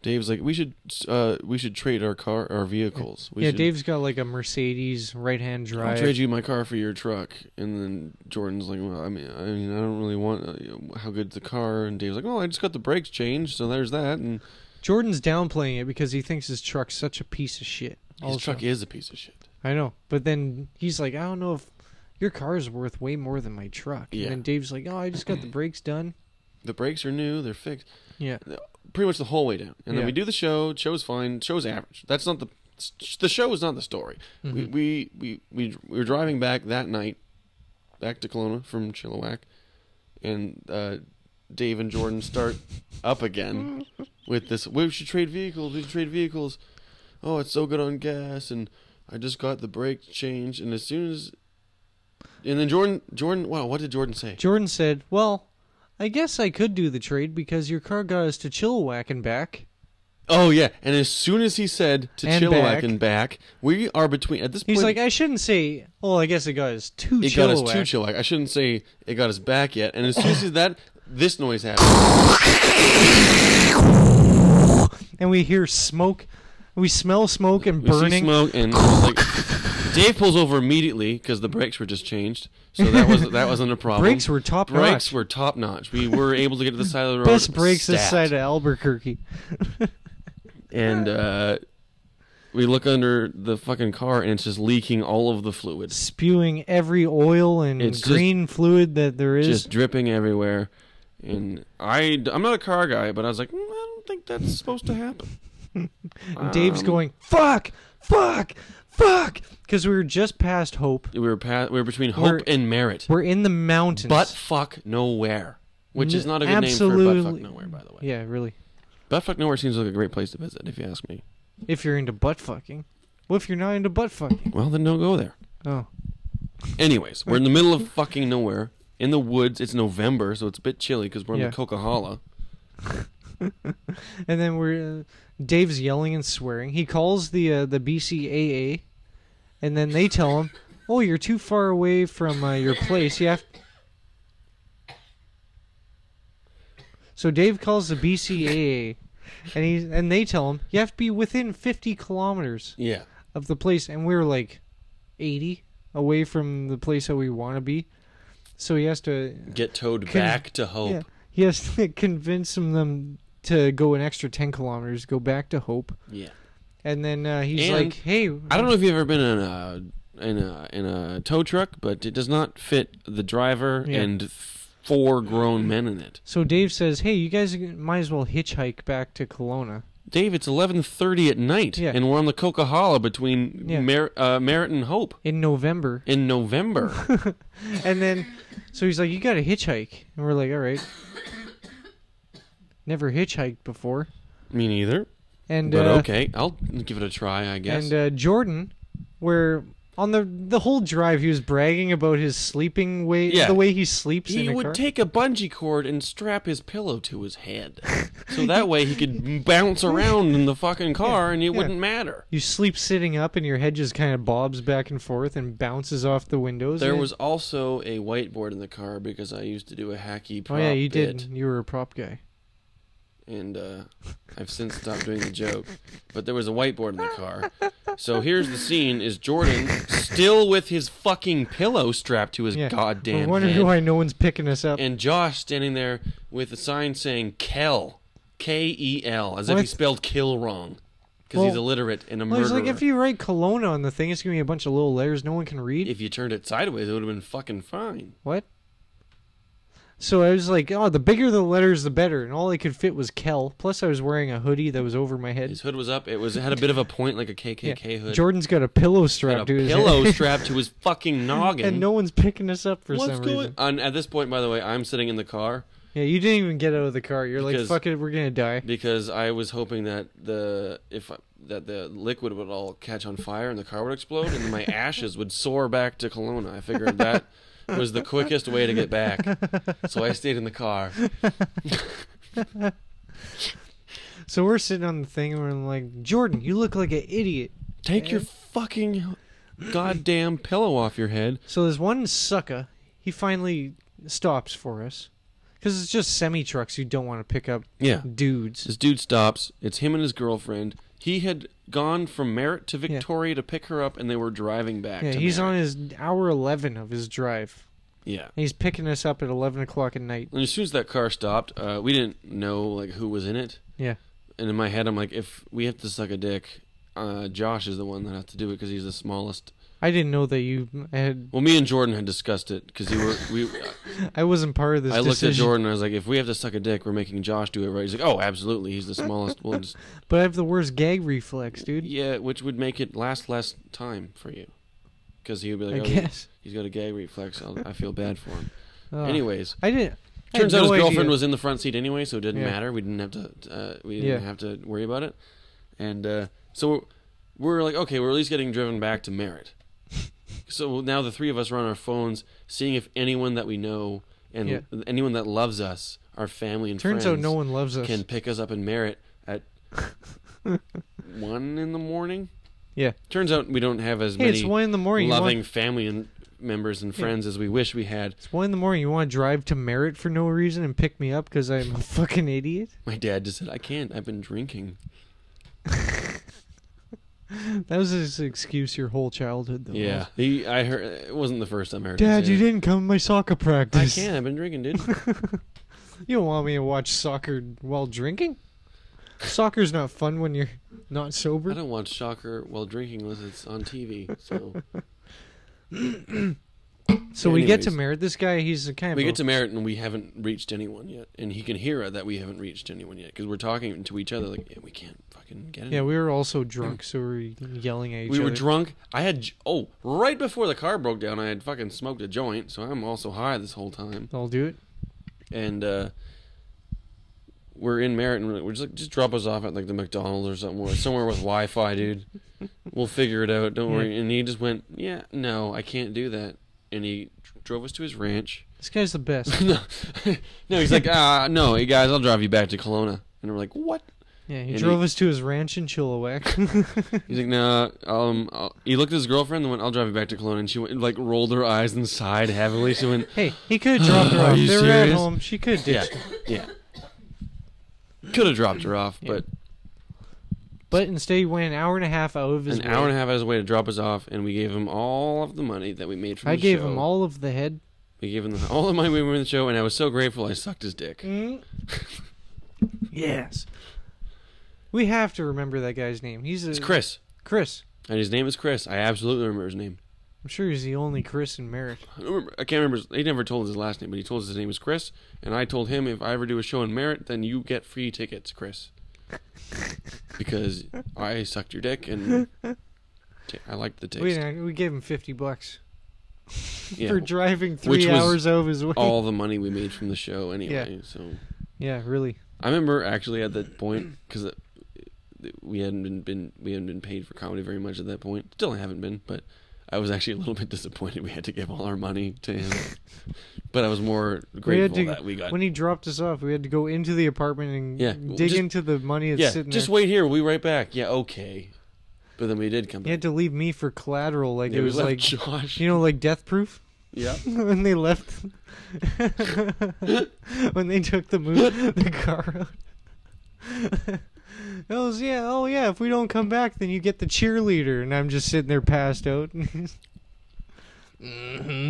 [SPEAKER 3] Dave's like, we should, uh, we should trade our car, our vehicles. We
[SPEAKER 4] yeah,
[SPEAKER 3] should,
[SPEAKER 4] Dave's got like a Mercedes right-hand
[SPEAKER 3] I'll
[SPEAKER 4] drive.
[SPEAKER 3] trade you my car for your truck. And then Jordan's like, well, I mean, I mean, I don't really want uh, how good's the car. And Dave's like, oh, I just got the brakes changed, so there's that. And
[SPEAKER 4] Jordan's downplaying it because he thinks his truck's such a piece of shit.
[SPEAKER 3] his
[SPEAKER 4] also.
[SPEAKER 3] truck is a piece of shit.
[SPEAKER 4] I know, but then he's like, I don't know if your car is worth way more than my truck.
[SPEAKER 3] Yeah.
[SPEAKER 4] And then Dave's like, Oh, I just got the brakes done.
[SPEAKER 3] The brakes are new. They're fixed.
[SPEAKER 4] Yeah,
[SPEAKER 3] pretty much the whole way down. And then
[SPEAKER 4] Yeah.
[SPEAKER 3] we do the show. Show's fine. Show's average. That's not the the show is not the story. We, we we we we were driving back that night, back to Kelowna from Chilliwack, and uh, Dave and Jordan start up again with this. We should trade vehicles. We should trade vehicles. Oh, it's so good on gas, and I just got the brakes changed. And as soon as, and then Jordan Jordan, wow, what did Jordan say?
[SPEAKER 4] Jordan said, Well, I guess I could do the trade because your car got us to Chilliwack and back.
[SPEAKER 3] Oh yeah, and as soon as he said to
[SPEAKER 4] And
[SPEAKER 3] Chilliwack
[SPEAKER 4] back.
[SPEAKER 3] and back, we are between at this point.
[SPEAKER 4] He's like, I shouldn't say. Well, I guess it got us to
[SPEAKER 3] it
[SPEAKER 4] Chilliwack.
[SPEAKER 3] got us to Chilliwack. I shouldn't say it got us back yet. And as soon as he did that, this noise happened.
[SPEAKER 4] and we hear smoke. We smell smoke and
[SPEAKER 3] We see
[SPEAKER 4] burning.
[SPEAKER 3] smoke, and it was like Dave pulls over immediately because the brakes were just changed, so that was that wasn't a problem.
[SPEAKER 4] Brakes were top
[SPEAKER 3] Brakes
[SPEAKER 4] notch.
[SPEAKER 3] were top notch. We were able to get to the side of the road.
[SPEAKER 4] Best brakes this
[SPEAKER 3] stat.
[SPEAKER 4] side of Albuquerque.
[SPEAKER 3] and. uh we look under the fucking car and it's just leaking all of the fluid.
[SPEAKER 4] Spewing every oil and
[SPEAKER 3] It's just-
[SPEAKER 4] green fluid that there is.
[SPEAKER 3] just dripping everywhere. And I, I'm not a car guy, but I was like, "Mm, I don't think that's supposed to happen.
[SPEAKER 4] And Dave's
[SPEAKER 3] Um,
[SPEAKER 4] going, fuck, fuck, fuck. Because we were just past Hope.
[SPEAKER 3] We were past, we were between hope
[SPEAKER 4] We're-
[SPEAKER 3] and merit,
[SPEAKER 4] We're in the mountains.
[SPEAKER 3] but fuck nowhere, which is
[SPEAKER 4] N-
[SPEAKER 3] not a good name for butt fuck
[SPEAKER 4] absolutely.
[SPEAKER 3] nowhere, by the way.
[SPEAKER 4] Yeah, really.
[SPEAKER 3] Butt fuck nowhere seems like a great place to visit, if you ask me.
[SPEAKER 4] If you're into butt fucking. Well, if you're not into butt fucking.
[SPEAKER 3] Well, then don't go there.
[SPEAKER 4] Oh.
[SPEAKER 3] Anyways, we're in the middle of fucking nowhere in the woods. It's November, so it's a bit chilly because we're on
[SPEAKER 4] Yeah.
[SPEAKER 3] the Coca-Cola.
[SPEAKER 4] And then we're. Uh, Dave's yelling and swearing. He calls the uh, the BCAA. And then they tell him, oh, you're too far away from uh, your place. You have. So Dave calls the BCAA. And, he, and they tell him, you have to be within 50 kilometers.
[SPEAKER 3] Yeah,
[SPEAKER 4] of the place, and we were like 80 away from the place that we want to be. So he has to,
[SPEAKER 3] get towed
[SPEAKER 4] Can-
[SPEAKER 3] back to hope.
[SPEAKER 4] yeah, he has to convince them, them to go an extra 10 kilometers, go back to Hope,
[SPEAKER 3] yeah.
[SPEAKER 4] and then uh, he's
[SPEAKER 3] And-
[SPEAKER 4] like, "Hey,
[SPEAKER 3] I don't know if you've ever been in a in a in a tow truck, but it does not fit the driver
[SPEAKER 4] Yeah.
[SPEAKER 3] and four grown men in it.
[SPEAKER 4] So Dave says, "Hey, you guys might as well hitchhike back to Kelowna."
[SPEAKER 3] Dave, it's eleven thirty at night,
[SPEAKER 4] Yeah.
[SPEAKER 3] and we're on the Coca-Cola between
[SPEAKER 4] Yeah.
[SPEAKER 3] Mer- uh, Merritt and Hope
[SPEAKER 4] In November,
[SPEAKER 3] in November.
[SPEAKER 4] and then, so he's like, "You got to hitchhike," and we're like, "All right." Never hitchhiked before,
[SPEAKER 3] Me neither,
[SPEAKER 4] and
[SPEAKER 3] but
[SPEAKER 4] uh,
[SPEAKER 3] okay, I'll give it a try, I guess.
[SPEAKER 4] And uh, Jordan, where on the the whole drive he was bragging about his sleeping way,
[SPEAKER 3] Yeah.
[SPEAKER 4] the way he sleeps
[SPEAKER 3] he
[SPEAKER 4] in a
[SPEAKER 3] would
[SPEAKER 4] car.
[SPEAKER 3] take a bungee cord and strap his pillow to his head, so that way he could bounce around in the fucking car, and it
[SPEAKER 4] yeah.
[SPEAKER 3] wouldn't matter.
[SPEAKER 4] you sleep sitting up, and your head just kind of bobs back and forth and bounces off the windows.
[SPEAKER 3] There
[SPEAKER 4] and-
[SPEAKER 3] was also a whiteboard in the car because I used to do a hacky
[SPEAKER 4] oh
[SPEAKER 3] prop
[SPEAKER 4] yeah, you
[SPEAKER 3] bit,
[SPEAKER 4] did. You were a prop guy.
[SPEAKER 3] and uh, I've since stopped doing the joke. But there was a whiteboard in the car. So here's the scene: is Jordan still with his fucking pillow strapped to his
[SPEAKER 4] Yeah.
[SPEAKER 3] goddamn
[SPEAKER 4] I wonder
[SPEAKER 3] head,
[SPEAKER 4] why no one's picking us up.
[SPEAKER 3] and Josh standing there with a sign saying "Kel," K E L, as if he
[SPEAKER 4] What?
[SPEAKER 3] spelled kill wrong because he's
[SPEAKER 4] Well-
[SPEAKER 3] illiterate and a
[SPEAKER 4] well, it's
[SPEAKER 3] murderer.
[SPEAKER 4] like if you write Kelowna on the thing, it's gonna be a bunch of little letters no one can read.
[SPEAKER 3] if you turned it sideways, it would have been fucking fine.
[SPEAKER 4] what? So I was like, oh, the bigger the letters, the better. And all I could fit was Kel. Plus, I was wearing a hoodie that was over my head.
[SPEAKER 3] His hood was up. It was it had a bit of a point, like a KKK
[SPEAKER 4] Yeah.
[SPEAKER 3] hood.
[SPEAKER 4] Jordan's got a pillow
[SPEAKER 3] and a
[SPEAKER 4] strapped to his
[SPEAKER 3] pillow
[SPEAKER 4] head.
[SPEAKER 3] strapped to his fucking noggin.
[SPEAKER 4] and no one's picking us up for
[SPEAKER 3] What's
[SPEAKER 4] some
[SPEAKER 3] going
[SPEAKER 4] reason.
[SPEAKER 3] on? At this point, by the way, I'm sitting in the car
[SPEAKER 4] Yeah, you didn't even get out of the car. You're like,
[SPEAKER 3] Because-
[SPEAKER 4] fuck it, we're gonna die.
[SPEAKER 3] because I was hoping that the if I, that the liquid would all catch on fire and the car would explode and then my ashes would soar back to Kelowna. I figured that was the quickest way to get back, so I stayed in the car.
[SPEAKER 4] So we're sitting on the thing and we're like, Jordan, you look like an idiot.
[SPEAKER 3] Take your fucking goddamn pillow off your head.
[SPEAKER 4] So there's one sucker. He finally stops for us because it's just semi trucks you don't want to pick up.
[SPEAKER 3] Yeah.
[SPEAKER 4] dudes.
[SPEAKER 3] This dude stops. It's him and his girlfriend. He had gone from Merritt to Victoria to pick her up, and they were driving back.
[SPEAKER 4] Yeah,
[SPEAKER 3] to
[SPEAKER 4] he's on
[SPEAKER 3] Merritt.
[SPEAKER 4] his hour eleven of his drive.
[SPEAKER 3] Yeah.
[SPEAKER 4] And he's picking us up at eleven o'clock at night.
[SPEAKER 3] And as soon as that car stopped, uh, we didn't know like who was in it.
[SPEAKER 4] Yeah,
[SPEAKER 3] And in my head, I'm like, if we have to suck a dick, uh, Josh is the one that has to do it because he's the smallest.
[SPEAKER 4] I didn't know that you had.
[SPEAKER 3] Well, me and Jordan had discussed it because were we.
[SPEAKER 4] I wasn't part of this.
[SPEAKER 3] I looked at
[SPEAKER 4] decision,
[SPEAKER 3] Jordan. and I was like, if we have to suck a dick, we're making Josh do it, right? He's like, oh, absolutely. He's the smallest. We'll just
[SPEAKER 4] but I have the worst gag reflex, dude.
[SPEAKER 3] yeah, which would make it last less time for you because he would be like,
[SPEAKER 4] I
[SPEAKER 3] oh,
[SPEAKER 4] guess. Oh.
[SPEAKER 3] he's got a gay reflex. I'll, I feel bad for him.
[SPEAKER 4] Ugh.
[SPEAKER 3] Anyways,
[SPEAKER 4] I didn't. I had
[SPEAKER 3] Turns out
[SPEAKER 4] no
[SPEAKER 3] his
[SPEAKER 4] idea.
[SPEAKER 3] girlfriend was in the front seat anyway, so it didn't
[SPEAKER 4] Yeah.
[SPEAKER 3] matter. We didn't have to. Uh, we didn't
[SPEAKER 4] Yeah.
[SPEAKER 3] have to worry about it. And uh, so we're like, okay, we're at least getting driven back to Merritt. so now the three of us are on our phones, seeing if anyone that we know and
[SPEAKER 4] Yeah.
[SPEAKER 3] anyone that loves us, our family and
[SPEAKER 4] Turns
[SPEAKER 3] friends,
[SPEAKER 4] out no one loves us.
[SPEAKER 3] can pick us up in Merritt at one in the morning.
[SPEAKER 4] Yeah.
[SPEAKER 3] Turns out we don't have as
[SPEAKER 4] Hey,
[SPEAKER 3] many
[SPEAKER 4] it's one in the morning. You
[SPEAKER 3] loving
[SPEAKER 4] want,
[SPEAKER 3] family and members and friends as we wish we had.
[SPEAKER 4] it's one in the morning. You want to drive to Merritt for no reason and pick me up because I'm a fucking idiot?
[SPEAKER 3] My dad just said, "I can't. I've been drinking."
[SPEAKER 4] That was his excuse your whole childhood, though.
[SPEAKER 3] Yeah, he. I heard it wasn't the first time I heard.
[SPEAKER 4] Dad,
[SPEAKER 3] him
[SPEAKER 4] you
[SPEAKER 3] say
[SPEAKER 4] didn't come to my soccer
[SPEAKER 3] it. I
[SPEAKER 4] practice.
[SPEAKER 3] can't. I've been drinking, dude.
[SPEAKER 4] You don't want me to watch soccer while drinking? Soccer's not fun when you're not
[SPEAKER 3] I
[SPEAKER 4] sober.
[SPEAKER 3] don't watch soccer while drinking unless it's on TV. So
[SPEAKER 4] So we get to
[SPEAKER 3] Anyways.
[SPEAKER 4] Merritt. This guy, he's a kind of.
[SPEAKER 3] we
[SPEAKER 4] a-
[SPEAKER 3] get to Merritt and we haven't reached anyone yet, and he can hear that we haven't reached anyone yet because we're talking to each other like yeah, we can't fucking get it.
[SPEAKER 4] Yeah, we were also drunk, so we were yelling at each
[SPEAKER 3] we
[SPEAKER 4] other.
[SPEAKER 3] were drunk. I had j- oh right before the car broke down, I had fucking smoked a joint, so I'm also high this whole time.
[SPEAKER 4] I'll do it.
[SPEAKER 3] and uh, we're in Merritt, and we're we're just like, just drop us off at like the McDonald's or somewhere, somewhere with Wi-Fi, dude. We'll figure it out. Don't worry. And he just went, yeah, no, I can't do that. And he dr- drove us to his ranch.
[SPEAKER 4] This guy's the best.
[SPEAKER 3] no, no, he's like, ah, no, hey guys, I'll drive you back to Kelowna. And we're like, what?
[SPEAKER 4] Yeah, he
[SPEAKER 3] And
[SPEAKER 4] drove
[SPEAKER 3] he-
[SPEAKER 4] us to his ranch in Chilliwack.
[SPEAKER 3] He's like, nah. Um, I'll, he looked at his girlfriend and went, I'll drive you back to Kelowna. And she went, like rolled her eyes and sighed heavily. She went,
[SPEAKER 4] Hey, he could have dropped her
[SPEAKER 3] Are
[SPEAKER 4] off. They
[SPEAKER 3] you
[SPEAKER 4] were at
[SPEAKER 3] serious?
[SPEAKER 4] home. She could have
[SPEAKER 3] yeah,
[SPEAKER 4] ditched her.
[SPEAKER 3] yeah. Could have dropped her off, but
[SPEAKER 4] But instead, he went an hour and a half out of his
[SPEAKER 3] an
[SPEAKER 4] way.
[SPEAKER 3] hour and a half out of his way to drop us off, and we gave him all of the money that we made from
[SPEAKER 4] I
[SPEAKER 3] the
[SPEAKER 4] gave
[SPEAKER 3] show.
[SPEAKER 4] him all of the head.
[SPEAKER 3] We gave him the, all the money we made from the show, and I was so grateful. I sucked his dick.
[SPEAKER 4] Yes. We have to remember that guy's name. He's a,
[SPEAKER 3] It's Chris,
[SPEAKER 4] Chris.
[SPEAKER 3] and his name is Chris. I absolutely remember his name.
[SPEAKER 4] I'm sure he's the only Chris in Merritt.
[SPEAKER 3] I, don't remember, I can't remember. His, he never told his last name, but he told us his name was Chris, and I told him if I ever do a show in Merritt, then you get free tickets, Chris, because I sucked your dick and. t- I liked the
[SPEAKER 4] We,
[SPEAKER 3] taste.
[SPEAKER 4] didn't- we gave him 50 bucks
[SPEAKER 3] Yeah,
[SPEAKER 4] for driving three
[SPEAKER 3] Which was
[SPEAKER 4] hours out of his way.
[SPEAKER 3] all the money we made from the show, anyway. So
[SPEAKER 4] Yeah, really.
[SPEAKER 3] I remember actually at that point because we hadn't been, been we hadn't been paid for comedy very much at that point. Still, I haven't been, but I was actually a little bit disappointed we had to give all our money to him. but I was more
[SPEAKER 4] We had
[SPEAKER 3] grateful
[SPEAKER 4] to,
[SPEAKER 3] that we got.
[SPEAKER 4] when he dropped us off, we had to go into the apartment and
[SPEAKER 3] Yeah,
[SPEAKER 4] dig
[SPEAKER 3] well, just-
[SPEAKER 4] into the money that's
[SPEAKER 3] yeah,
[SPEAKER 4] sitting
[SPEAKER 3] just
[SPEAKER 4] there.
[SPEAKER 3] wait here. We'll be right back. Yeah, okay. But then we did come
[SPEAKER 4] He
[SPEAKER 3] back.
[SPEAKER 4] had to leave me for collateral. Like,
[SPEAKER 3] Yeah,
[SPEAKER 4] it
[SPEAKER 3] we
[SPEAKER 4] was
[SPEAKER 3] left
[SPEAKER 4] like,
[SPEAKER 3] Josh.
[SPEAKER 4] you know, like death proof.
[SPEAKER 3] Yeah.
[SPEAKER 4] when they left when they took the move the car out it was yeah oh yeah if we don't come back then you get the cheerleader and i'm just sitting there passed out Mhm,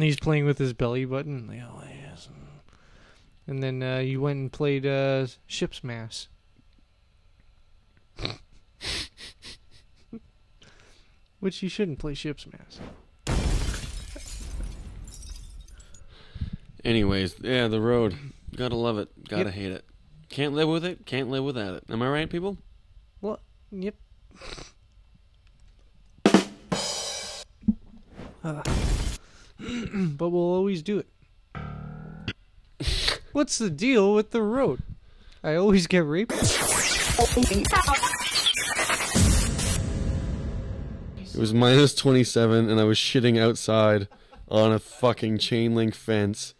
[SPEAKER 4] he's playing with his belly button like, oh, yes. and then uh, you went and played uh, ship's mass which you shouldn't play ship's mass
[SPEAKER 3] Anyways, yeah, the road. Gotta love it. Gotta
[SPEAKER 4] Yep.
[SPEAKER 3] hate it. Can't live with it. Can't live without it. Am I right, people?
[SPEAKER 4] Well, yep. Ah. but we'll always do it. What's the deal with the road? I always get raped.
[SPEAKER 3] It was minus 27, and I was shitting outside on a fucking chain link fence.